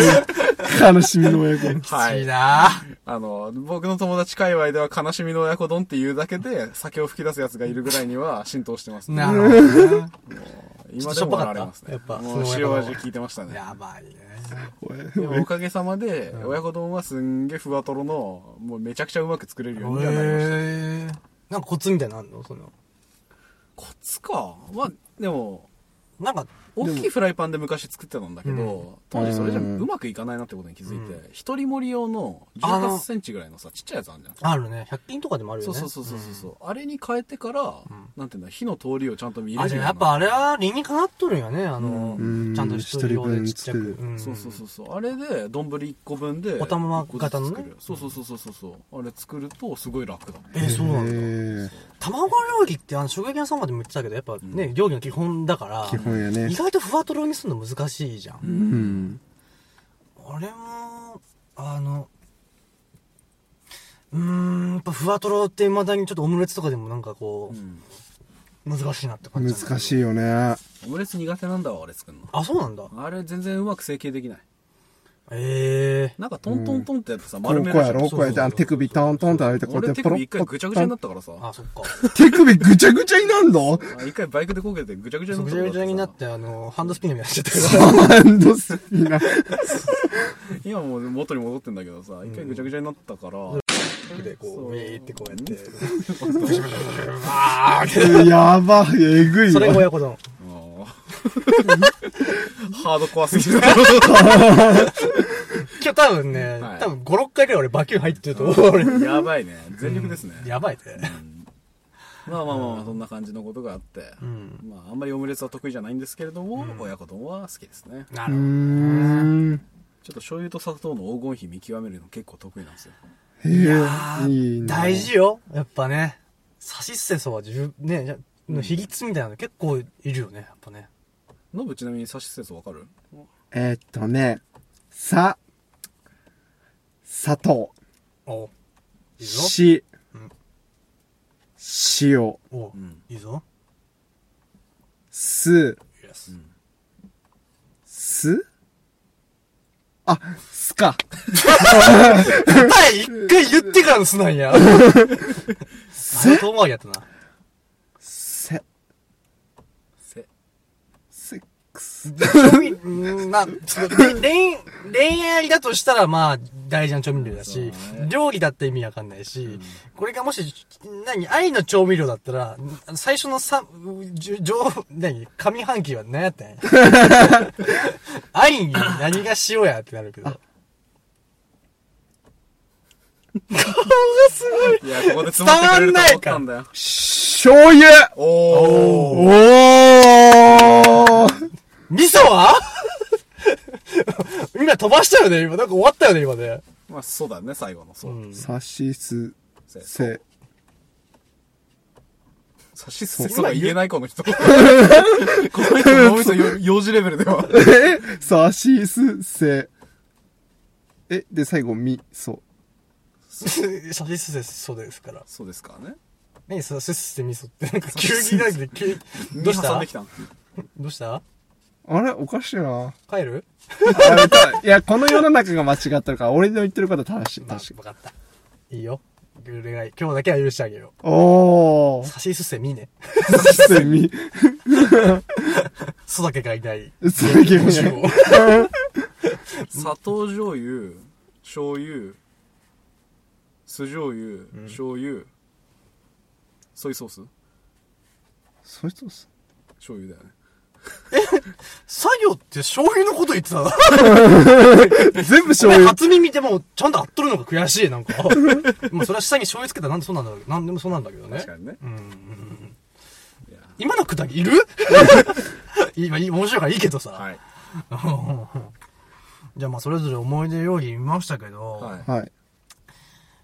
み。悲しみの親子丼。きつはいい。なあの、僕の友達界隈では悲しみの親子丼っていうだけで酒を吹き出す奴がいるぐらいには浸透してます、なるほどね。今でもあられますね。ちょっとしょっぱかったやっぱもうその塩親子味丼効いてましたね。やばいね。でもおかげさまで、親子丼はすんげえふわとろの、もうめちゃくちゃうまく作れるようにはなりました。えー。なんかコツみたいなのあんのその。コツか。まあ、でも、なんか、大きいフライパンで昔作ってたんだけど、当時それじゃうまくいかないなってことに気づいて、一、人盛り用の18センチぐらいのさ、ちっちゃいやつあるじゃん。あるね。100均とかでもあるよそうね。そうそうそうそう、うあれに変えてから、なんていうんだ、火の通りをちゃんと見れるあ、じゃよあうなやっぱあれは理にかなっとるんやね。あの、うんちゃんと一人用でちっちゃく。一人分作うんそうそうそうそうあれで丼1個分でお玉型のね一個ずつ作るそうそうそうそうそうそうあれ作るとすごい楽だえー、そうなんだ。え卵料理って、あの、職業屋さんまでも言ってたけど、やっぱね、料理の基本だから。基本やね意。外とふわとろにするの難しいじゃん。うん。俺も、あの、うーん、やっぱふわとろって未だにちょっとオムレツとかでもなんかこうんう、難しいなって感じ。難い。しいよね。オムレツ苦手なんだわ俺作るのあ、そうなんだ。あれ全然うまく成形できないえええなんかトントントンってやってさ、こ丸うめこうやろそうこうやって、あの手首トントンと歩いて、こうや俺って手ポロ首ッ一回ポぐちゃぐちゃになったからさ、あ、そっか。手首ぐちゃぐちゃになんの あ一回バイクでこけてぐちゃぐちゃになぐったちかゃらぐさちゃになって、あの、ハンドスピンみたいになっちゃったけど。ハンドスピナー。今もう元に戻ってんだけどさ、一回ぐちゃぐちゃになったから、 で、こ、そうウうェーってこうやって。わ ーって。やば、えぐいそれわ。親子丼。あーハードコアすぎる。今日多分ねは、い多分5、6回くらい俺バキュン入ってると思う。俺やばいね。全力ですね。やばいね。まあまあまあまあ、そんな感じのことがあって。うん。まあ、あんまりオムレツは得意じゃないんですけれども、親子丼は好きですね。なうーるほど。ん。ちょっと醤油と砂糖の黄金比見極めるの結構得意なんですよ。へえあ、いいーな。大事よ。やっぱね。サシッセソは十、ね、じゃの比率みたいなの結構いるよね、やっぱね。ノブちなみに差し説わかるえーっとね、さ、砂糖、おいいぞ。しうん、塩、おんいいぞ。す、イエス んすあ、すか。答え一回言ってからのす なんや。相当回りやったな。せ、せ。セックス。調味うんまあ、その 恋、恋愛だとしたら、まあ、大事な調味料だしそうね、料理だって意味わかんないし、これがもし、何、愛の調味料だったら、最初のさ、じゅ上、何、上半期は何やったんや。 愛に何が塩やってなるけど。いや、ここでつまってくれると思ったんだよ。醤油おおー。ー味噌は 今飛ばしたよね、今。なんか終わったよね、今ね。まあ、そうだね、最後の。そう う。んさしす、せせ、差し説は言えない、この人。 この人、脳みそよ幼児レベルでは。えさしす、せ。え、で、最後、み、そ。サシスセソですから。そうですからね。何そのスッスって味噌って。なんか急になんで急に。どうし身挟んたできたんどうしたあれおかしいな。帰るあやめたい。いや、この世の中が間違ってるから、俺の言ってることは正しい。まあ確かに。わかった。いいよ。お願い。今日だけは許してあげよおう。ー。サシスセミね。せみ。そだけがいない。すげえ。砂糖醤油、醤油、酢醤油、醤油、ソイソースそういう人っす。醤油だよね。作業って醤油のこと言ってたな。全部ご醤めん油。初耳でもちゃんと合っとるのが悔しい、 なんか。まあそれは下に醤油つけたらなんでそうなんだろうけど。なんでもそうなんだけどね。確かにね。うんうんうんいや今のくだり いる今、いい面白いからいいけどさ。はい。 じゃあまあそれぞれ思い出料理見ましたけど、はい。はい。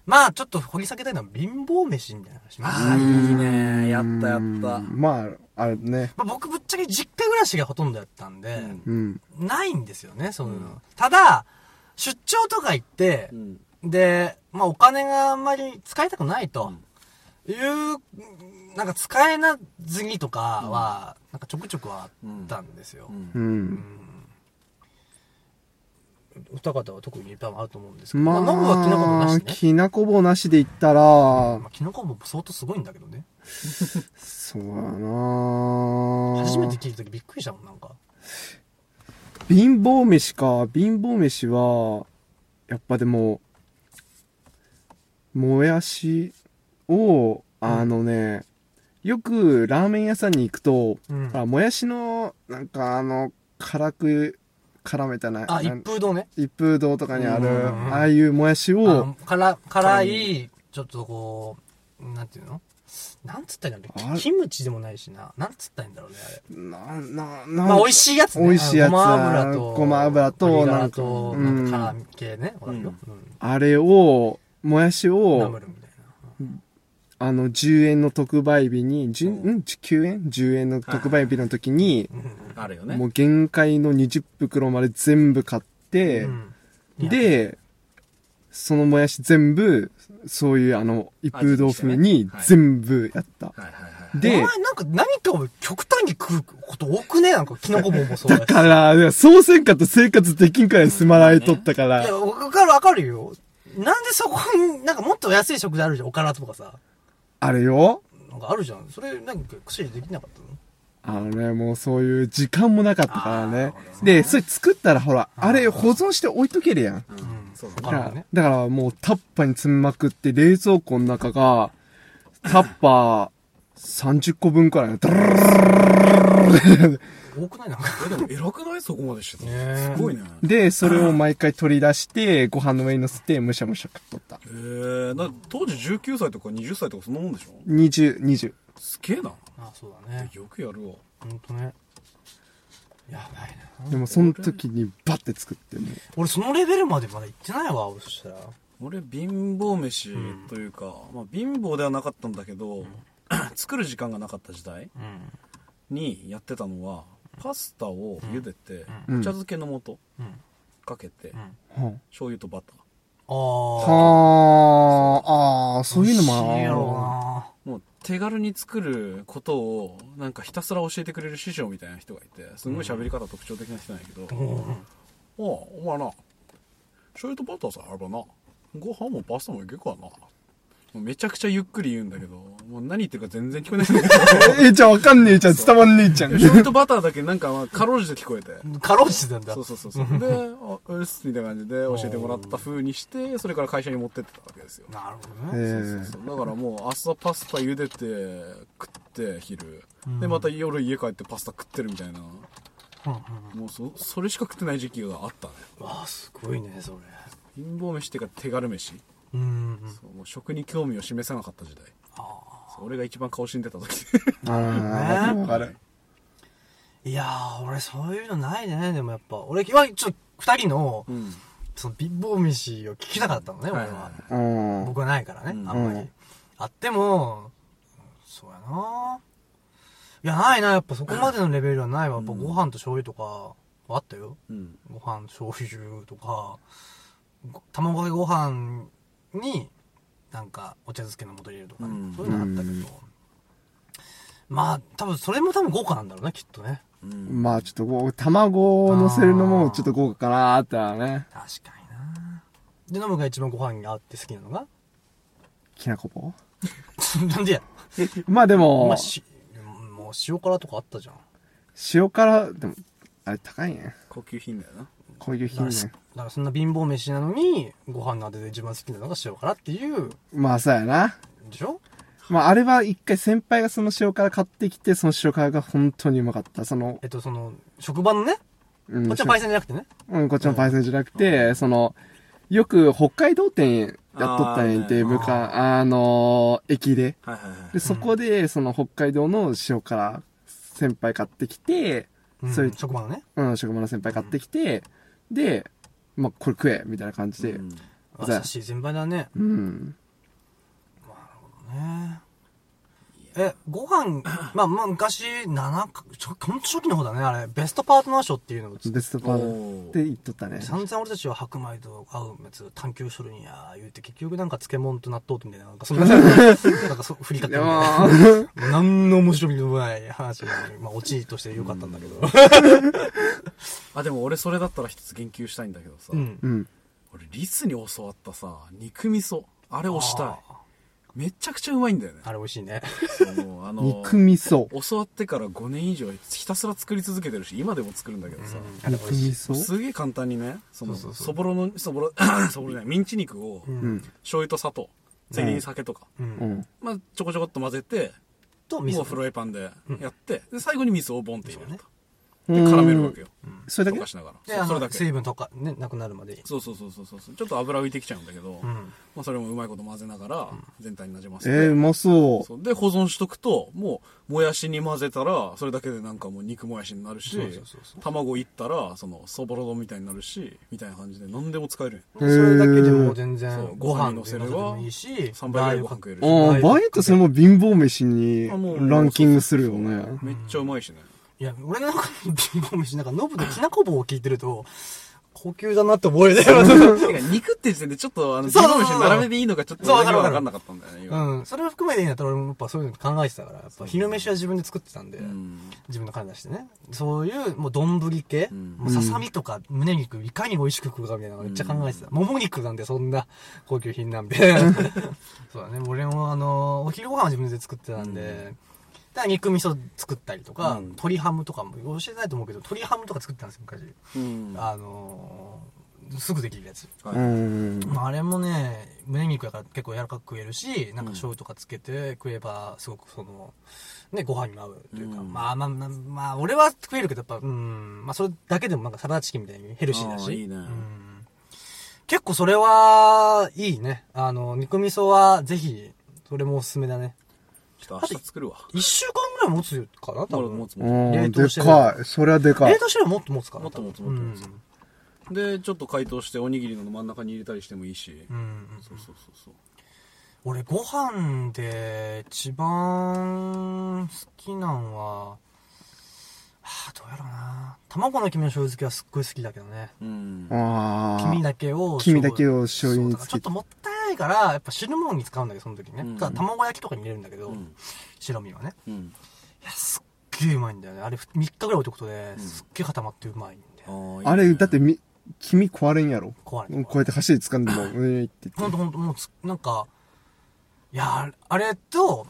まあちょっと掘り下げたいのは貧乏飯みたいな話ね。ああ、いいね。やったやった。まあ、あれね。まあ、僕ぶっちゃけ実家暮らしがほとんどやったんで、うんうん。ないんですよね、そういうの。ただ、出張とか行ってう、ん。で、まあお金があんまり使いたくないと、いう、なんか使えなずにとかは、なんかちょくちょくはあったんですよ。うう。んん。お二方は特に多分あると思うんですけど、ままあ、ノブはきなこもなしあね、。きなこ棒なしで言ったら、まあ、キノコも相当すごいんだけどね。そうやな初めて聞いた時びっくりしたもん、なんか。貧乏飯か。貧乏飯は、やっぱでも、もやしを、あのね、よくラーメン屋さんに行くと、うんあもやしの、なんかあの、辛く、絡めたな。あ、な一ん風堂ね。一風堂とかにある、うんうんうんああいうもやしあをの、辛、辛い、ちょっとこう、なんていうのなんつったらいいんだろあう。れキムチでもないしな。なんつったらいいんだろうね、あれ。な、な、な、まあ、美味しいやつね。美味しいやつあのごま油と。鶏ガごま油とラなんかと、うなんかん辛み系ね。わかるよ。うん。あれを、もやしナをム、ルみたいな。あの、10円の特売日に、10うんん ?9 円 ?10 円の特売日の時に、あるよね。もう限界の20袋まで全部買って、うん。いや、で、そのもやし全部、そういうあの、一風堂風に味付けねはい全部やった。はいはいはいお前で、なんか何かを極端に食うこと多くねなんか、キノコ棒もそうだし。だ から、いやそうせんかったら生活できんくらい済まないとったかいや、ら。わかるわかるよ。なんでそこに、なんかもっと安い食材あるじゃん。おからとかさ。あれよなんかあるじゃん。それ、なんか駆使できなかったのあのね、もうそういう時間もなかったからね。で、それ作ったらほら、あれ保存して置いとけるやん。うんそうおだかからもらね。、だからもうタッパーに詰めまくって、冷蔵庫の中が、タッパー30個分くらいね、ドルルルルルルル多くないなんか。えでも偉くないそこまでしてたねのえすごいねで、それを毎回取り出して、ご飯の上に乗せて、むしゃむしゃ食っとった。えー、な当時19歳とか20歳とかそんなもんでしょ20、20。すげえなあ、そうだね。よくやるわほんとね。やばいな。でもその時にバッて作ってもう俺そのレベルまでまだ行ってないわ、俺そしたら。俺貧乏飯というか、まあ、貧乏ではなかったんだけど、 作る時間がなかった時代うん。にやってたのはパスタを茹でて、うんお茶漬けの素うん。かけて、うん。は醤油とバターああ。あ、あーそういうのも美味しいやろうあな。もう手軽に作ることをなんかひたすら教えてくれる師匠みたいな人がいてすごい喋り方特徴的な人なんやけど「うんうん。おうお前な醤油とバターさえあればなご飯もパスタもいけるからな」もうめちゃくちゃゆっくり言うんだけどもう何言ってるか全然聞こえないんだけどる。ええ、じゃあわかんねえじゃん。伝わんねえじゃん。醤油とバターだけなんかまあかろうじて聞こえて。かろうじてたんだ。そうそうそうそうで「あうっす」みたいな感じで教えてもらった風にしてそれから会社に持ってってたわけですよなるほどね。えそうそうそうだからもう朝パスタ茹でて食って昼、うんでまた夜家帰ってパスタ食ってるみたいなうんうんもうそそれしか食ってない時期があったねうん。わあ、すごいね、それ。貧乏飯っていうか手軽飯、うんうんうん。そうもう食に興味を示さなかった時代そう俺が一番顔死んでた時ああ、わかる。いやー、俺そういうのないね、でもやっぱ。俺はちょっと二人の、うんその貧乏飯を聞きたかったのね、俺はいはは。うん。僕はないからね、うんあんまり。うんあっても、そうやな。いや、ないな、やっぱそこまでのレベルはないわ。やっぱご飯と醤油とか、あったよ。うんご飯、醤油とか、ご卵かけご飯に、なんか、お茶漬けの素入れるとかね、うんそういうのあったけど。まあ、多分、それも多分豪華なんだろうね、きっとね。うんまあちょっとこう、卵を乗せるのもちょっと豪華かなーってのはね。確かになで、ノムが一番ご飯に合って好きなのが きなこ棒なんでや。まあでまあ、も、し、もう塩辛とかあったじゃん。塩辛、でも、あれ高いね。高級品だよなこういうだか品らね。だからそんな貧乏飯なのに、ご飯のあてで一番好きなのが塩辛っていう、まあそうやな。でしょまああれは一回先輩がその塩辛買ってきて、その塩辛が本当にうまかった。そのえ、っと、その、職場のね、うん、こっちはパイセンじゃなくてね。うん、こっちのパイセンじゃなくて、その、よく北海道店やっとったんやんあて、ー部下、あのー、駅で。はいはいはいで、そこで、その北海道の塩辛、先輩買ってきて、うんそういう職場のね。うん、職場の先輩買ってきて、で、まあ、これ食え、みたいな感じで。うんあざ優しい先輩だね。うん。ねえ、ご飯、 まあ、まあ、昔、七か、ちょ、ほんと初期の方だね、あれ、ベストパートナー賞っていうのを、ベストパーって言っとったね。散々俺たちは白米と合うやつ探求しとるんや、言うて、結局なんか漬物と納豆とみたいな、なんか そんな、なんかそ、振り方みでたいもな。ー、 何の面白みのない話に、まあ、オチとして良かったんだけど。あでも俺それだったら一つ言及したいんだけどさ、うんう。ん。俺リスに教わったさ肉味噌あれをしたいあめちゃくちゃうまいんだよねーあれ美味しいね。そうあの肉味噌。教わってから5年以上ひたすら作り続けてるし今でも作るんだけどさ、あれ肉美味味しい。噌すげえ簡単にねそのそうそうそうそぼろのそ ぼろそぼろじゃないミンチ肉をううんん。。醤油と砂糖セリに酒とか、う。うんん。まあ、ちょこちょこっと混ぜてと、味もう噌。フライパンでやって、で最後に味噌をボンって入れると、うんで絡めるわけよ、それだ溶けかしながで、らあそうそれだの、水け分とか、ね、なくなるまで。そうそうそうそうそうちょっと油浮いてきちゃうんだけど、うんま。あ、それもうまいこと混ぜながら全体になじませて、えー、うまそう。そうで保存しとくともうもやしに混ぜたらそれだけでなんかもう肉もやしになるしそうそうそうそう卵いったらそのそぼろ丼みたいになるしみたいな感じで何でも使えるんよそれだけでも全そ然うご飯ご飯にの乗せせれるばでもいいし、 3倍ぐらいごラ飯ー食えるしああ、バイトそれも貧乏飯にあもうランキングするよね。。めっちゃうまいしね油いや、俺なんか貧乏飯、なんかノブのきなこ棒を聞いてると、高級だなって思えたよ。てか、肉って時点でちょっと、あの、そう自そうそう分飯並べていいのかちょっとそうわわかるわかるかんなかったんだよね、今。うん。それを含めていいんだったら俺もやっぱそういうの考えてたから、やっぱ昼飯は自分で作ってたんで、うん自分の体出してね。そういう、もう丼系、うんもうささみとか胸肉いかに美味しく食うかみたいなのめっちゃ考えてた。もも肉なんでそんな高級品なん で。そうだね。俺もあの、お昼ご飯は自分で作ってたんで、うだから肉味噌作ったりとか、うん鶏ハムとかも教えてないと思うけど、鶏ハムとか作ってたんですよ、昔。うん。あのーすぐできるやつ。はいうん。まあ、あれもね胸肉やから結構柔らかく食えるしなんかうん醤油とかつけて食えばすごくその、ね、ご飯にも合うというか、うんまあまあまあ、まあ、俺は食えるけどやっぱうんまあそれだけでもなんかサラダチキンみたいにヘルシーだあーしいいねうん結構それはいいねあの肉味噌はぜひそれもおすすめだねちょっと明日作るわ。 1週間ぐらい持つかな多も分もつもう冷ん、で凍っしてねかい。それはでかい冷。凍してももっと持つかなもっと持つ多分もっと持つつ。で、ちょっと解凍しておにぎりの真ん中に入れたりしてもいいし。うん、うんうんそうそうそうそう。俺ご飯で一番好きなんは、はあ、どうやろうな卵の黄身の醤油漬けはすっごい好きだけどねうん。あ黄身あ。だけを黄身だけをそう醤油につちょけってと。もったいないからやっぱ汁物に使うんだけどその時ね、うんただ卵焼きとかに入れるんだけど、うん白身はねうん。いやすっげえうまいんだよねあれ3日ぐらい置いとくとね、すっげえ固まってうまいんだよああれ、だってみ、黄身壊れんやろ。壊れてもうこうやって箸で掴んでも、うえーってほ言んっとて。ほんと、もうつ、なんか、いや、あれと、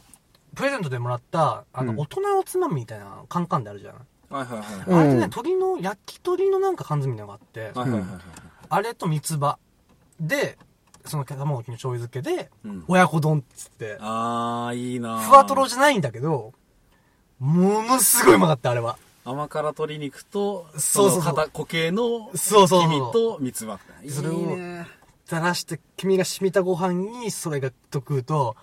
プレゼントでもらった、あの、うん大人おつまみみたいなカンカンであるじゃん。はいはいはい。うんあれでね、鳥の、焼き鳥のなんか缶詰みたいなのがあって、はいはいはいはい。あれと三つ葉で、その卵の醤油漬けで、うん親子丼っつって、あー、いいなーふわとろじゃないんだけど、ものすごいうまかった、あれは。甘辛鶏肉と、そうそうそうの片固形の、そうそうそう黄身と蜜葉。それをいいね垂らして、黄身が染みたご飯に、それがと食うと、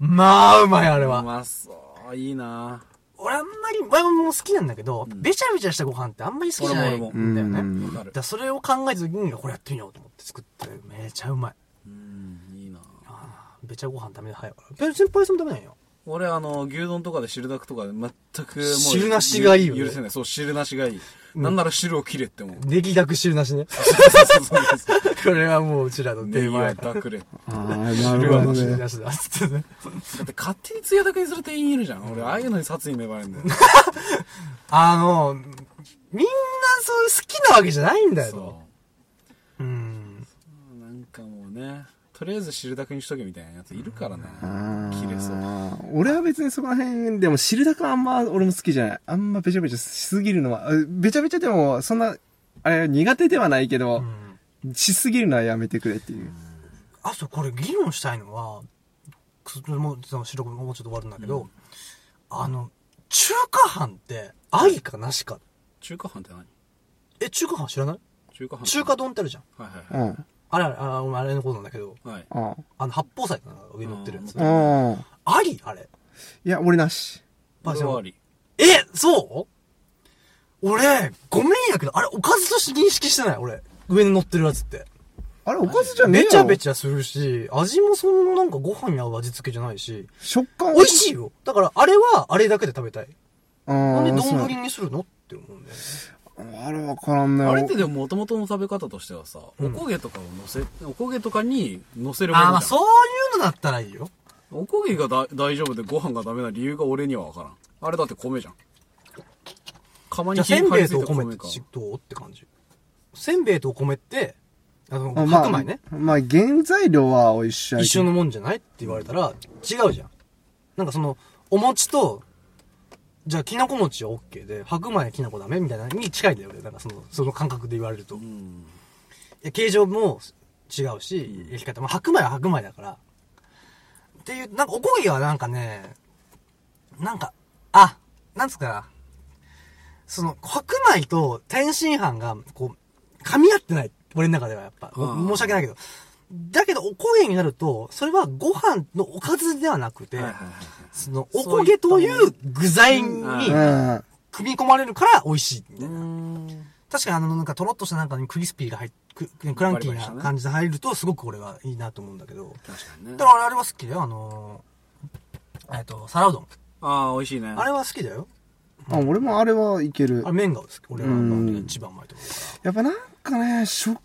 まあ、うまい、あれうは。まそう。いいな俺あんまり、ワインも好きなんだけど、うんべちゃべちゃしたご飯ってあんまり好きじゃないんだよ俺も俺もね。うんーわかだるか。らそれを考えずに、これやってみようと思って作って、めちゃうまい。うん、いいなあーべちゃご飯ダメだ、早く。べ先輩さんもダメなんよ。俺、あの、牛丼とかで汁だくとかで全くもう。汁なしがいいよね許せない。そう、汁なしがいうい。んなんなら汁を切れっ て思う。ネギだく汁なしね。そうそうそうそう。 これはもううちらのネ定ギ番はやから。だくれ。だああ、なる汁はほど汁ね。なしだ。つってね。って勝手につやだくにする店員いるじゃん。俺、ああいうのに殺意芽生えるんだ よ。あの、みんなそういう好きなわけじゃないんだよ。そう。うん。なんかもうね、とりあえず汁だくにしとけみたいなやついるからね。あ切れそう。あ。俺は別にそこら辺、でも汁だくはあんま俺も好きじゃない。あんまべちゃべちゃしすぎるのは、あべちゃべちゃでも、そんな、あれ苦手ではないけうど、んしすぎるのはやめてくれっていう。あとこれ議論したいのは、それもその白くもうちょっと終わるんだけど、うんあの、中華飯って、ありかなしか。中華飯って何え、中華飯知らない中華飯中華丼ってあるじゃん。はいはいうはい。ん。あれあれ、あれあれのことなんだけど、はい。ああの、八宝菜かな上に乗ってるやつう。あ。うん。ありあれ。いや、俺なし。パパイイセセンンははあり。え、そう俺、ごめんやけど、あれおかずとして認識してない俺。上に乗ってるやつって。あれ、おかずじゃねえべよ。ちゃべちゃするし、味もそんななんかご飯に合う味付けじゃないし、食感美味しいよ。だから、あれは、あれだけで食べたい。ななんで丼にするのって思うんだよね。あれわからんね。あれってでも元々の食べ方としてはさ、うおんこげとかを乗せ、おこげとかに乗せるものあじーまゃあん。そういうのだったらいいよ。おこげがだ大丈夫でご飯がダメな理由が俺にはわからん。あれだって米じゃん。釜じにゃあせんべいとお火米についってた米か。どうって感じ。せんべいとお米って、あの、あ白米ね。。まあ、まあ、原材料は一緒やけ一ど緒のもんじゃないって言われたら、違うじゃん。なんかその、お餅と、じゃあ、きなこ餅は OK で、白米はきなこダメみたいなに近いんだよね。なんかその、その感覚で言われると。いうん。や形状も違うし、焼き方も、白米は白米だから。っていう、なんかおこげはなんかね、なんか、あ、なんつうかな。その、白米と天津飯が、こう、噛み合ってない。俺の中ではやっぱ。うん申し訳ないけど。だけど、おこげになると、それはご飯のおかずではなくて、はいはいはいはい。その、おこげという具材にうん。組み込まれるから美味しい。うん。確かにあの、なんかとろっとしたなんかにクリスピーが入っククランキーな感じで入ると、すごく俺はいいなと思うんだけど。確かにねだ。からあれは好きだよ、あのーえっと、皿うどん。ああ、美味しいね。あれは好きだよ。あ、俺もあれはいけるあれ、。麺がです俺はうん一番うまいと思うから。やっぱなんかね、食、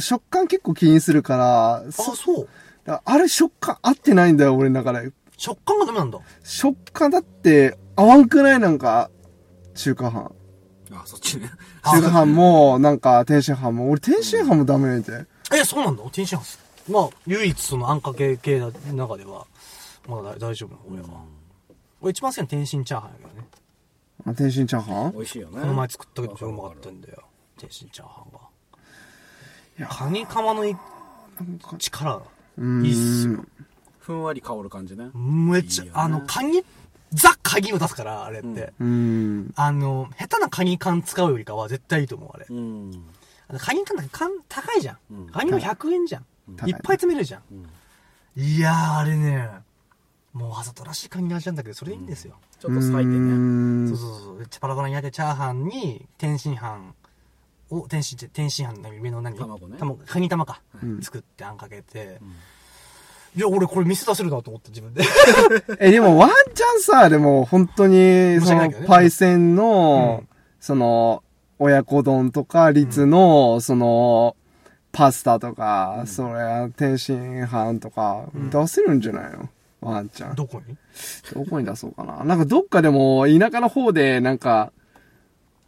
食感結構気にするから、そあ、そう。あれ食感合ってないんだよ、俺の中で。食感がダメなんだ。食感だって合わんくないなんか、中華飯。あ、そっちね。中華飯も、なんか、天津飯も。俺、天津飯もダメなんだよ。え、そうなんだ。天津飯っす。まあ、唯一そのあんかけ系の中では、まだ大丈夫な方俺は。俺一番好きなの天津チャーハンやけどね。あ天津チャーハン美味しいよね。この前作ったけど、うまわかっかるたんだよ。天津チャーハンが。いやカニカマのい力うが、いいっすよ。ふんわり香る感じね。めっちゃ、いいよねあの、カニ、ザカニを出すから、あれって。うんうん。あの、下手なカニ缶使うよりかは絶対いいと思う、あれう。ん。あのカニ缶なんか缶高いじゃん。うんカニの100円じゃん。高いいっぱい詰めるじゃん。んいやー、あれね、もうわざとらしいカニの味なんだけど、それでいいんですよ。ちょっと咲いてうね。んそうそうそう。でチャパラゴナ焼いてチャーハンに、天津飯を、天津、天津飯の上の何卵ね卵、カニ玉か。うん作ってあんかけて。いや、俺これ店出せるなと思って自 分で。え、でもワンチャンさ、でも本当に、申し訳そないのけどね、パイセンのうん、その、親子丼とか、リツの、その、パスタとか、それ、天津飯とか、うん出せるんじゃないのワンチャン。どどこにこに出そうかな。なんかどっかでも、田舎の方で、なんか、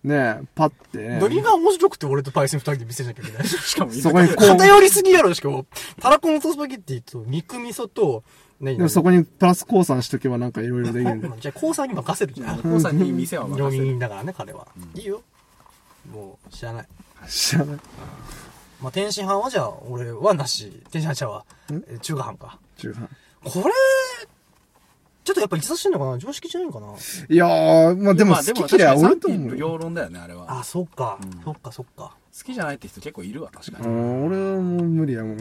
ねえ、パってね、ノリが面白くて俺とパイセン二人で店じゃなきゃいけない。しかも、そ こにこう、で偏りすぎやろ、しかも。タラコのソースパゲッティと肉味噌と、何もそこにプラス降参しとけばなんかいろいろ できる。じゃあ、高3に任せるじゃん。お父さんに店は料任理せる。人だからね、彼は。いいよ。もう、知らない。知らない。まあ、天津飯はじゃあ、俺はなし。天津飯は、えー中華飯か。中華これ、ちょっとやっぱ逸脱してんのかな常識じゃないのかないやー、まあでも好き嫌いはおると思うよ。両論だよね、あれは。あ、そっか。そっか、そっか。好きじゃないって人結構いるわ、確かうに。ん、俺はもう無理やもん。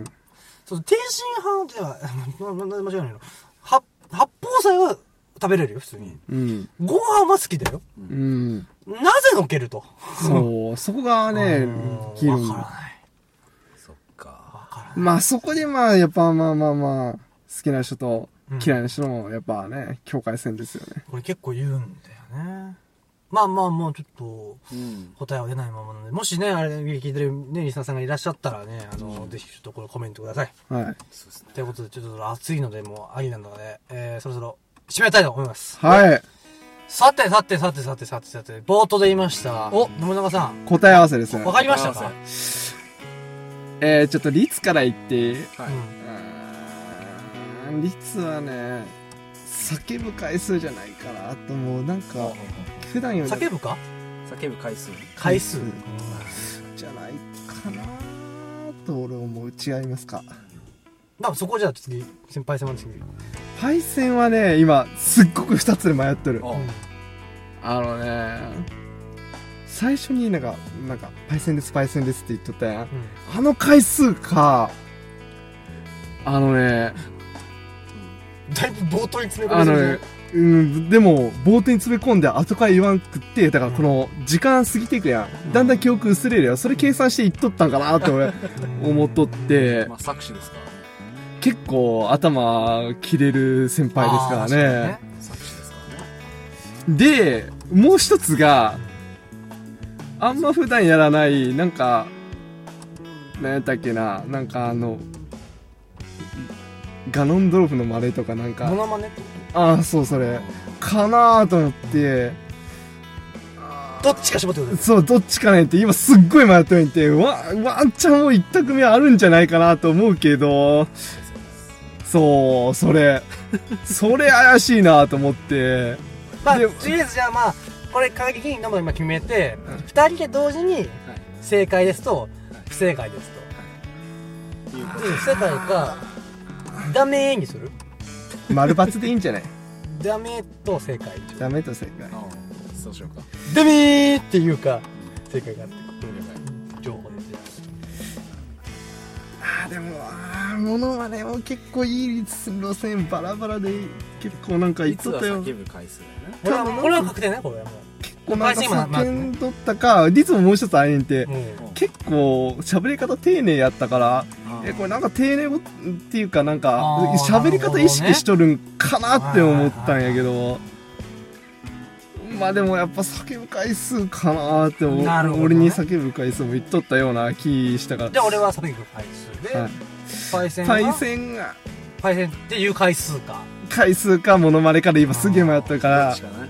そう、天津飯では、 まあまあ間違いないの。は、八宝菜は食べれるよ、普通に。うん。ご飯は好きだよ。うん。なぜのけると。そう、そこがねうん、議わから論。ない。そっか。わからない。まあそこでまあ、やっぱまあまあまあ、好きな人とうん嫌いな人の、やっぱね、境界線ですよね。これ結構言うんだよね。まあまあまあ、ちょっと、うん。答えは出ないままなので、もしね、あれ、聞いてるね、リスナーさんがいらっしゃったらね、あの、ぜひちょっとこれコメントください。はい。そうですね。ということで、ちょっと暑いので、もうありなので、えー、そろそろ、締めたいと思います。はい。さて、さて、さて、さて、さて、さて、冒頭で言いました。お、信長さん、答え合わせですねわ。かりましたかわかりえー、ちょっと律から言っていいうんはい。律はね、叫ぶ回数じゃないかなと思う。なんか、普段うよん。り叫ぶか叫ぶ回数。回数。うんうんじゃないかなと俺思う。違いますかまあ、そこじゃあ次、先輩様の次。うんパイセンはね、今、すっごく二つで迷ってる。あ、あのね、最初になんか、なんか、パイセンです、パイセンですって言っとったやん。うんあの回数か、あのね、だいぶ冒頭に詰め込あんでのるね、うん、でも、冒頭に詰め込んで後から言わんくって、だからこの、時間過ぎていくやん。だんだん記憶薄れるやん。それ計算して言っとったんかなって俺、思っとってま、あ、作詞ですからね。結構頭切れる先輩ですからね。作詞ですからね。で、もう一つが、あんま普段やらない、なんか、なんやったっけな、なんかあの、ガノンドロフのマネとかなんモか、ノマネってこああ、そう、それ、かなーと思って、とどっちか絞ってください。そう、どっちかねって、今すっごい迷ってるんて、わ、ワンチャンもう一択目あるんじゃないかなと思うけど、そう、そ れ、それ怪しいなと思って、まあ、でとりあえずじゃあまあ、これ限り的に飲むの今決めて、二、人で同時にはい。正解ですと、不正解ですと。いうことで不正解か、ダメーにする丸抜でいいんじゃないダメーと正解。ダメと正解。ああ、そうしようか。ダメーっていうか、正解があって、ここ了解に情報ですよ。あーでもあーものはねもう結構いい路線バラバラで結構なんか言っ率とはったよ叫ぶ回数だよね。これは、これは確定ね、これはも結構なんか回数今叫んどったかリズムもう一つあえんてう。もう、結構喋り方丁寧やったからあーえこれなんか丁寧語っていうかなんかあー喋り方意識しとるんかなって思ったんやけどまあでもやっぱ叫ぶ回数かなーっておなるほどね俺に叫ぶ回数も言っとったような気したからじゃあ俺は叫ぶ回数で、はいパイセンは対戦がパイセンっていう回数か回数かモノマネかで今すげえ迷ったかどっらちかね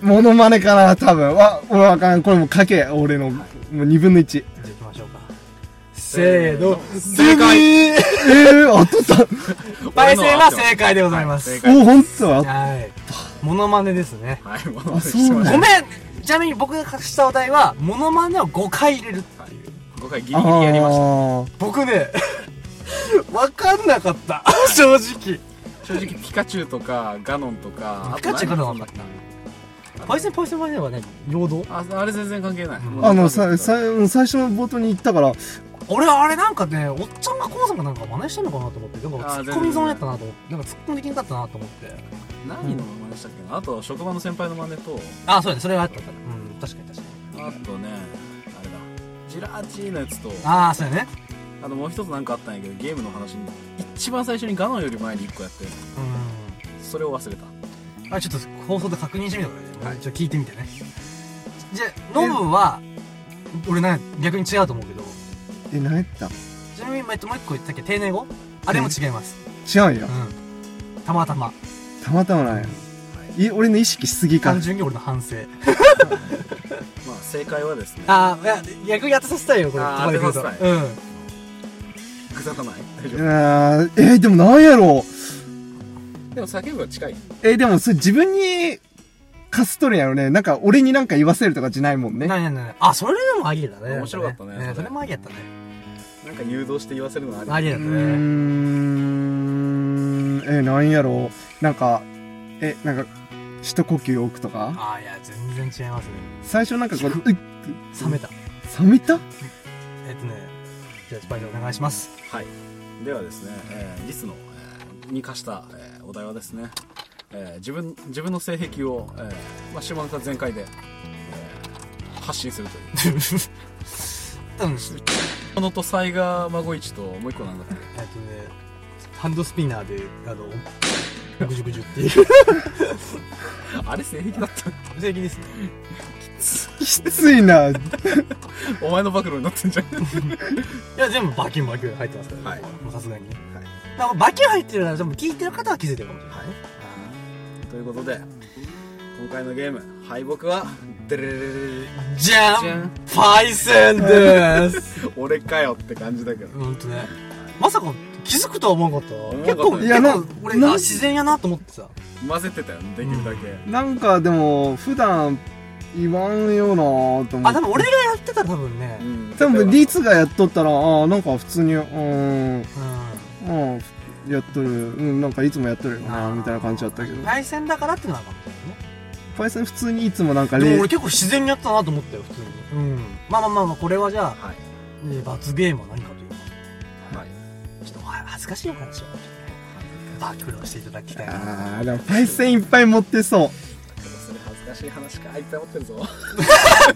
モノマネかな多分わ俺わかんこれもうかけ俺のもう2分の1じゃあ行きましょうかせーの正解ええー、当たったパイセンは正解でございますはい正解お本当ははいモノマネですねはいもあそうごなめんんちなみに僕が隠したお題はモノマネを5回入れるっていう5回ギあリギリやりましー僕ね わかんなかった 正直た正直ピカチュウとかガノンとかピカチュウかなんだっけなパイセンパイセンパイセンはね陽動ああれ全然関係ないうんもうあのなんさかさうん最初の冒頭に言ったから俺あれなんかねおっちゃんがコウさんがなんか真似してんのかなと思ってなんかあツーッコミ損やったなと思ってなんかツッコミできなかったなと思って何の真似したっけなあと職場の先輩の真似とあそうだねそれはあったからうん確かに確かにあとねあれだジラーチーのやつとああそうやねあともう一つなんかあったんやけどゲームの話に一番最初にガノンより前に1個やってうそれを忘れたんあちょっと放送で確認してみてくださいちょっと聞いてみてねじゃあノブは俺ね逆に違うと思うけどえ何やったちなみに、えっと、もう一個言ってたっけ丁寧語あれも違います、違うんやうん、たまたまたまたまなんやい俺の意識しすぎか単純に俺の反省まあ正解はですね ああ逆に当てさせたいよこれあーここまで来る当てさせとうんくさかない大丈あーえー、でもなんやろう夫でも叫ぶは近いえー、でもそれ自分に貸すとるんやろねなんか俺になんか言わせるとかじゃないもんねないないないあそれでもありえだね面白かったねそれもありやったねなんか誘導して言わせるのはあありりえうだーったねんえー、なんやろうなんかえなんか一呼吸置くとかああいや全然違いますね最初なんかこううっ冷めた冷めたえっとねじゃあスパイでお願いします はいではですね、えーリスの、えーに課した、えーお題はですね、えー自分自分の性癖を、えーまあ、シマンカ全開で、えー発信するという多分えっとねこのとサイガー孫一ともう一個なんだっけハンドスピナーであのぐじゅぐじゅって いうあれ性癖だった正義ですねきついなお前の暴露になってんじゃんいや全部バキュンバキュン入ってますからね、はいもうさすがに、はいまあ、バキュン入ってるから多分聞いてる方は気づいてるかもしれない、ねということで今回のゲーム敗北はデレレレレレじゃじゃんんパイセン です俺かよって感じだけどほんとねまさか気づくとは思わなかった思わな結かった構いやな結構俺なん自然やなと思ってさ混ぜてたよねできるだけ、なんかでも普段言わんよなと思あってでも俺がやってたら多分ねう、ん多分リツがやっとったらああなんか普通にうーんううんやっとるうんなんかいつもやっとるよなみたいな感じだったけどん、パイセンだからってのはあるかもしれないねパイセン普通にいつもなんかでも例俺結構自然にやったなと思ったよ普通にうんまあまあまあまあこれはじゃあ、はいえー罰ゲームは何かというとちはいょっとお恥ずかしいお話を暴露していただきたいなああでもパイセンいっぱい持って そうそれ恥ずかしい話かあいっぱい持ってるぞ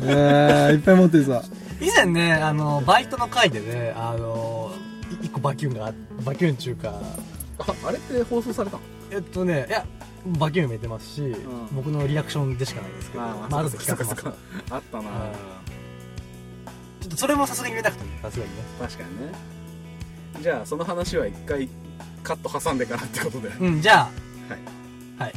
うんいっぱい持ってさ以前ねあのバイトの会でねあのい一個バキュンがバキュン中かああれって放送されたのえっとねいやバキュンも入れてますし、ん僕のリアクションでしかないですけどまあ後で聞かせますかあったな、うんちょっとそれもさすがに入れなくてもさすがにね確かにねじゃあその話は一回カット挟んでからってことでうんじゃあはい、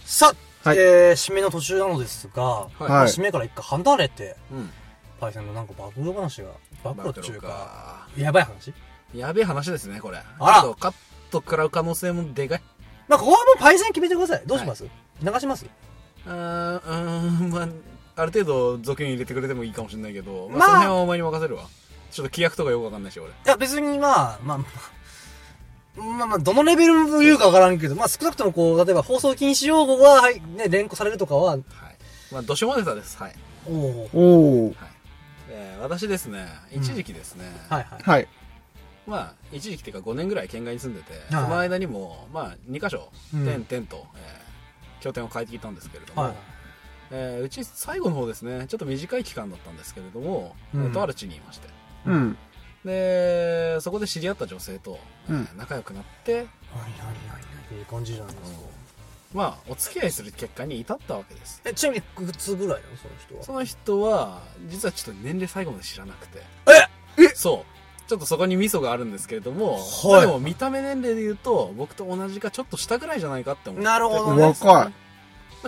さあ、はいえー締めの途中なのですが、はいまあ締めから一回離れてうんパイセンのなんか暴露話が暴露暴っちゅ露うかかやばい話やべえ話ですねこれあらとカット食らう可能性もでかいまあここはもうパイセン決めてくださいどうします、流しますうーんうーんまあある程度俗に入れてくれてもいいかもしれないけど、まあ、まあその辺はお前に任せるわちょっと規約とかよくわかんないし俺いや別にまあまあまあまあまあ、どのレベルを言うかわからんけど、まあ少なくともこう、例えば放送禁止用語が、はい、ね、連呼されるとかは、はいまあどしもネタですはい、おおおおはいえー私ですね一時期ですね、はいはい。はいまあ、一時期っていうか5年ぐらい県外に住んでて、はいその間にも、まあ、2箇所、うん点々と、えー拠点を変えてきたんですけれども、はい。えーうち最後の方ですね、ちょっと短い期間だったんですけれども、うんえーとある地にいまして、うんで、そこで知り合った女性と、えーうん仲良くなって、はいはいはいはい。いい感じじゃないですか。まあお付き合いする結果に至ったわけですえ、ちなみに、いくつぐらいなのその人は。その人は実はちょっと年齢最後まで知らなくてええそうちょっとそこにミソがあるんですけれども、はいでも見た目年齢で言うと僕と同じかちょっと下ぐらいじゃないかって思ってなるほどね若いま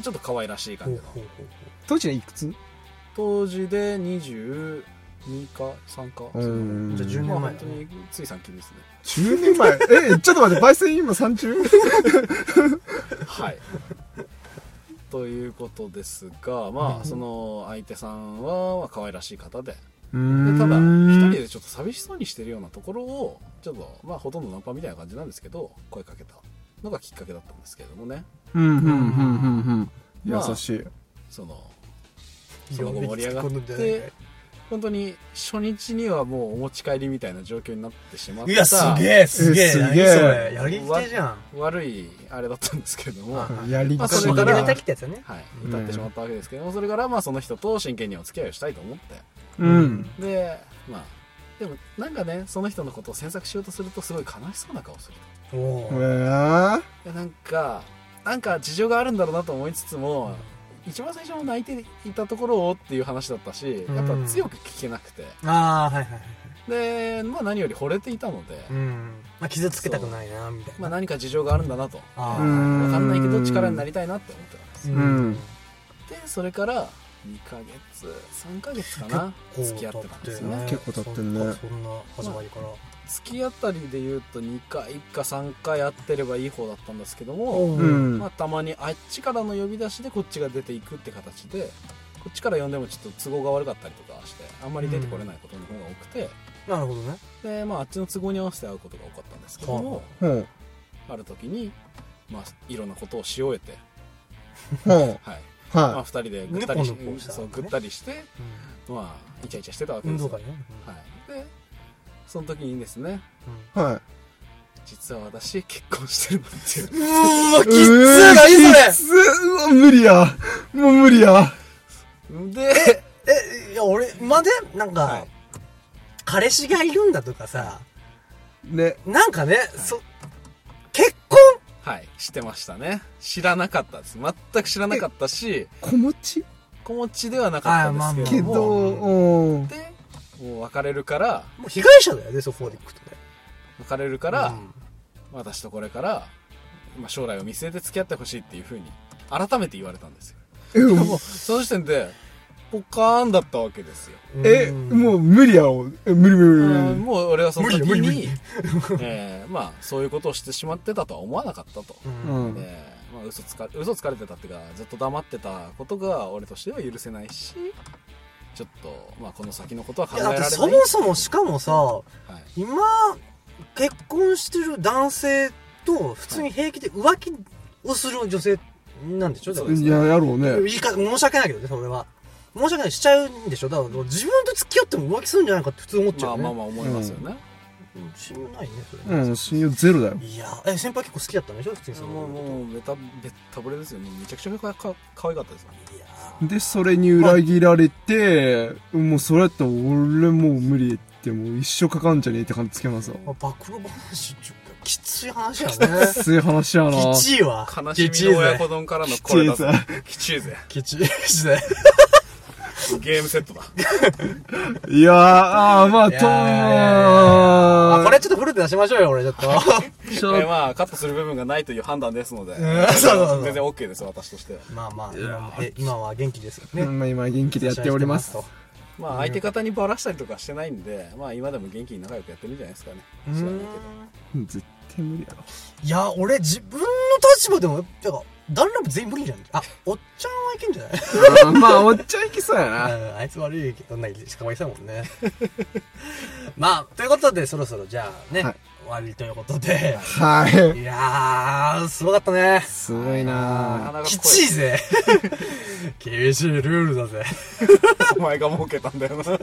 あ、ちょっと可愛らしい感じのほうほう当時はいくつ当時で22か3かうーんじゃあ10年まあ前本当につい最近ですね10年 前えちょっと待って焙煎今 30? はいということですがまうんあその相手さんはまあ可愛らしい方でうでんただ一人でちょっと寂しそうにしてるようなところをちょっとまあほとんどナンパみたいな感じなんですけど声かけたのがきっかけだったんですけれどもねうんうんうんうんうんまあ優しいそのいそのろん後な盛り上が突っ込んっでみたいて本当に初日にはもうお持ち帰りみたいな状況になってしまっなたいや、すげえ、すげえ。すげ何えそれやり手じゃん。悪いあれだったんですけれども、あはやりまあたそれいからたきってやつだね。い、至ってしまったわけですけども、それからまあその人と真剣にお付き合いをしたいと思ってうんでまあでもなんかねその人のことを詮索しようとするとすごい悲しそうな顔するおえお。ーでなんかなんか事情があるんだろうなと思いつつも、一番最初も泣いていたところをっていう話だったしやっぱ強く聞けなくて、ああ、はいはいはい。で、まあ、何より惚れていたので、うん。まあ、傷つけたくないな、みたいまな。あ、何か事情があるんだなとあうーん分かんないけど力になりたいなって思ってたんでうすんでそれから2ヶ月3ヶ月かな付き合ってたんですよね結構経ってんねそっかそんな始まりから。付き合ったりで言うと2回か3回会ってればいい方だったんですけども、おーうんまあ、たまにあっちからの呼び出しでこっちが出ていくって形でこっちから呼んでもちょっと都合が悪かったりとかしてあんまり出てこれないことの方が多くて、なるほどね。でまあ、あっちの都合に合わせて会うことが多かったんですけども、ほうある時に、まあ、いろんなことをし終えて、ほはいうんまあ、は2人でぐったりし猫の子したそうねぐったりして、まあ、イチャイチャしてたわけ運です動よ、会ね。はい、でその時にですねいはい実は私結婚してるのって いううん。うわ、きっつうーー何きっそつうわ無理やもう無理やで、れえ、いや、俺、まあで、なんはかい、彼氏がいるんだとかさ、ねなんかね、そ、結婚はい、してましたね知らなかったです全く知らなかったし子持ち子持ちではなかったんですけけども、どうんでもう別れるからもう被害者だよね、そこまで行くとね。別れるかか、ら私とこれから、まあ、将来を見据えて付き合ってほしいっていうふうに改めて言われたんですよえでもその時点でポカーンだったわけですよえもう無理やろえ無理無理無理無理もう俺はその時無理無理に、えーまあそういうことをしてしまってたとは思わなかったと、う。うんんえーまあ、嘘つか嘘つかれてたっていうかずっと黙ってたことが俺としては許せないしちょっと、まあ、この先のことは考いえや、らだっれてないそもそもしかもさ、はい、今、結婚してる男性と普通に平気で浮気をする女性なんでしょだからそうですいややろうね言い方、申し訳ないけどね、それは。申し訳ない、しちゃうんでしょだから、自分と付き合っても浮気するんじゃないかって普通思っちまゃあうね。まあまあ思いますよね、うん信用ないね、それね。うん信用ゼロだよいや、え、先輩結構好きだったんでしょ普通にその。もうもうベタベタブレですよもうめちゃくちゃかか可愛かったですよいやでそれに裏切られてもうそれやったら俺もう無理ってもう一生かかんじゃねえって感じつけますわー、まあ、暴露話っていうか、きつい話やね。そういう話やなきちいわ。悲しみの親子丼からのこれだぞきちいぜきちいぜ。ゲームセ ットだいやーあーまあいやといやいやいやあ、こあれちょっとフルで出しましょうよ、俺ちょっと。ちえょっーまあカットする部分がないという判断ですのでうんそうそうそう全然 OK です私としてはまあまあ、今もえ今は元気ですよ とね。まあ今元気でやっておりますと。まあ相手方にバラしたりとかしてないんでまあ今でも元気に仲良くやってるんじゃないですかねう知らーないんけど絶対無理やろいや、俺自分の立場でも、てか、ダンラブ全員無理じゃん。あ、おっちゃんはいけんじゃないあーまあおっちゃんいきそうやなうんあいつ悪いけど、なに、しかわいそうやもんね。 まあ、ということで、そろそろじゃあね、はい終わりということで。はいいやー、すごかったね。すごいなかななかき濃ちいぜ。 厳しいルールだぜ。 お前が儲けたんだよな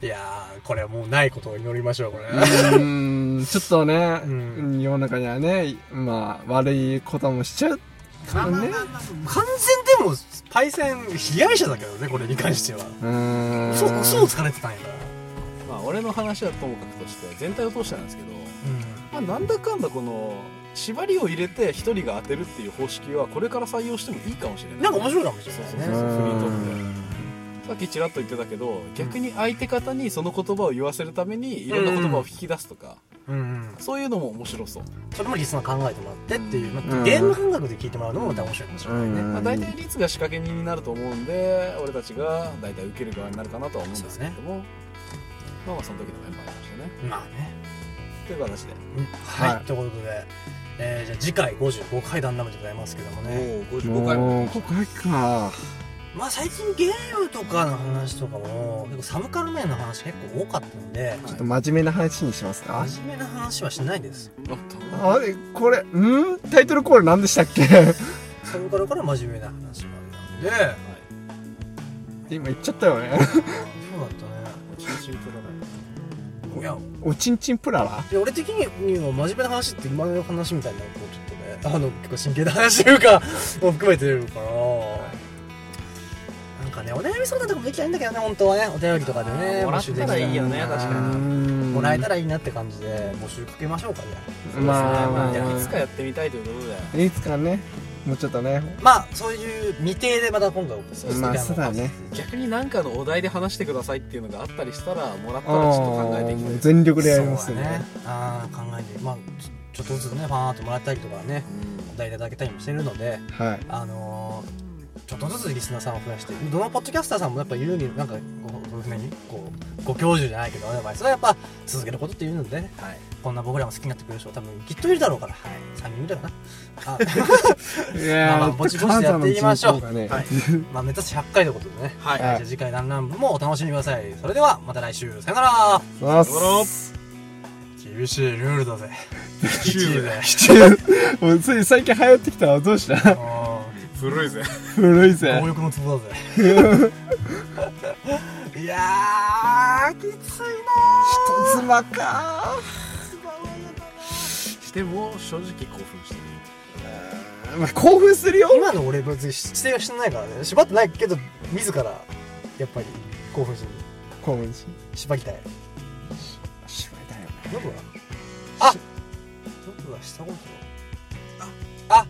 いやー、これはもうないことを祈りましょう、これ。うーんちょっとね、うん世の中にはねまあ悪いこともしちゃうからね完全でもパイセン被害者だけどねこれに関してはうーん嘘嘘をつかれてたんやからまあ俺の話はともかくとして全体を通してなんですけど、まあ、なんだかんだこの縛りを入れて一人が当てるっていう方式はこれから採用してもいいかもしれないなんか面白いかもしれないねそうそうそうフリートークでうさっきちらっと言ってたけど逆に相手方にその言葉を言わせるためにいろんな言葉を引き出すとか、うんうんそういうのも面白そう、それもリスナー考えてもらってっていう、まうあ、んゲーム感覚で聞いてもらうのもまた面白いかもしれないね、んまあ、大体率が仕掛け人になると思うんで俺たちが大体受ける側になるかなとは思うんですけれども、まあまあその時のメンバーでしたねまあね、という形でうんはいはいということで、えーじゃあ次回55回ダンダムでございますけどもおねおん55回ももう、5回か。まあ最近ゲームとかの話とかも結構サブカル面の話結構多かったんでちょっと真面目な話にしますか。真面目な話はしないですおっとあれ、これ、んタイトルコール何でしたっけ サブカルから真面目な話までなんで今言っちゃったよね。そうだったねおちんちんプロだいやおちんちんプララで俺的には真面目な話って今の話みたいになるとちょっとねあの結構真剣な話というか も含めてるから、なんかねお悩み相談とかもできないんだけどね本当はねお便りとかでねあー募集できもらったらいいよね確かににもらえたら、らいいなって感じで募集かけましょうかねまあ、まいやいつかあ、やってみたいということでいつかね、もうちょっとね。まあそういう未定でまた今回送ってまあ、そうだね。逆に何かのお題で話してくださいっていうのがあったりしたらもらったらちょっと考えていきたいうん全力でやりますそうよだねね。ああ考えてまあちょちょっとずつねファンアートもらったりとかねお題いただけたりもしてるのではい。あのーちょっとずつリスナーさんを増やしてどのポッドキャスターさんもやっぱ言うになんかこうこういうふうにこうご教授じゃないけどアドバイスはやっぱ続けることっていうので、ね、はいこんな僕らも好きになってくれる人多分きっといるだろうから、3人ぐらいかなあ いまあまあやぼちぼちでやっていきましょうねはいまあ目指す100回ということでね、はいじゃあ次回「ランラン部」もお楽しみくださいそれではまた来週さよならまどうもす。 厳しいルールだぜ厳しいルールだよもうつい最近流行ってきたわ。どうした 古いぜ古いぜ強。欲のツボだ ぜいやーきついな人妻かしても正直興奮してるまあ、興奮するよ。今の俺別に指定はしてないからね縛ってないけど自らやっぱり興奮する興奮し。縛りたい芝居だよね。ノブはあノブはしたことああ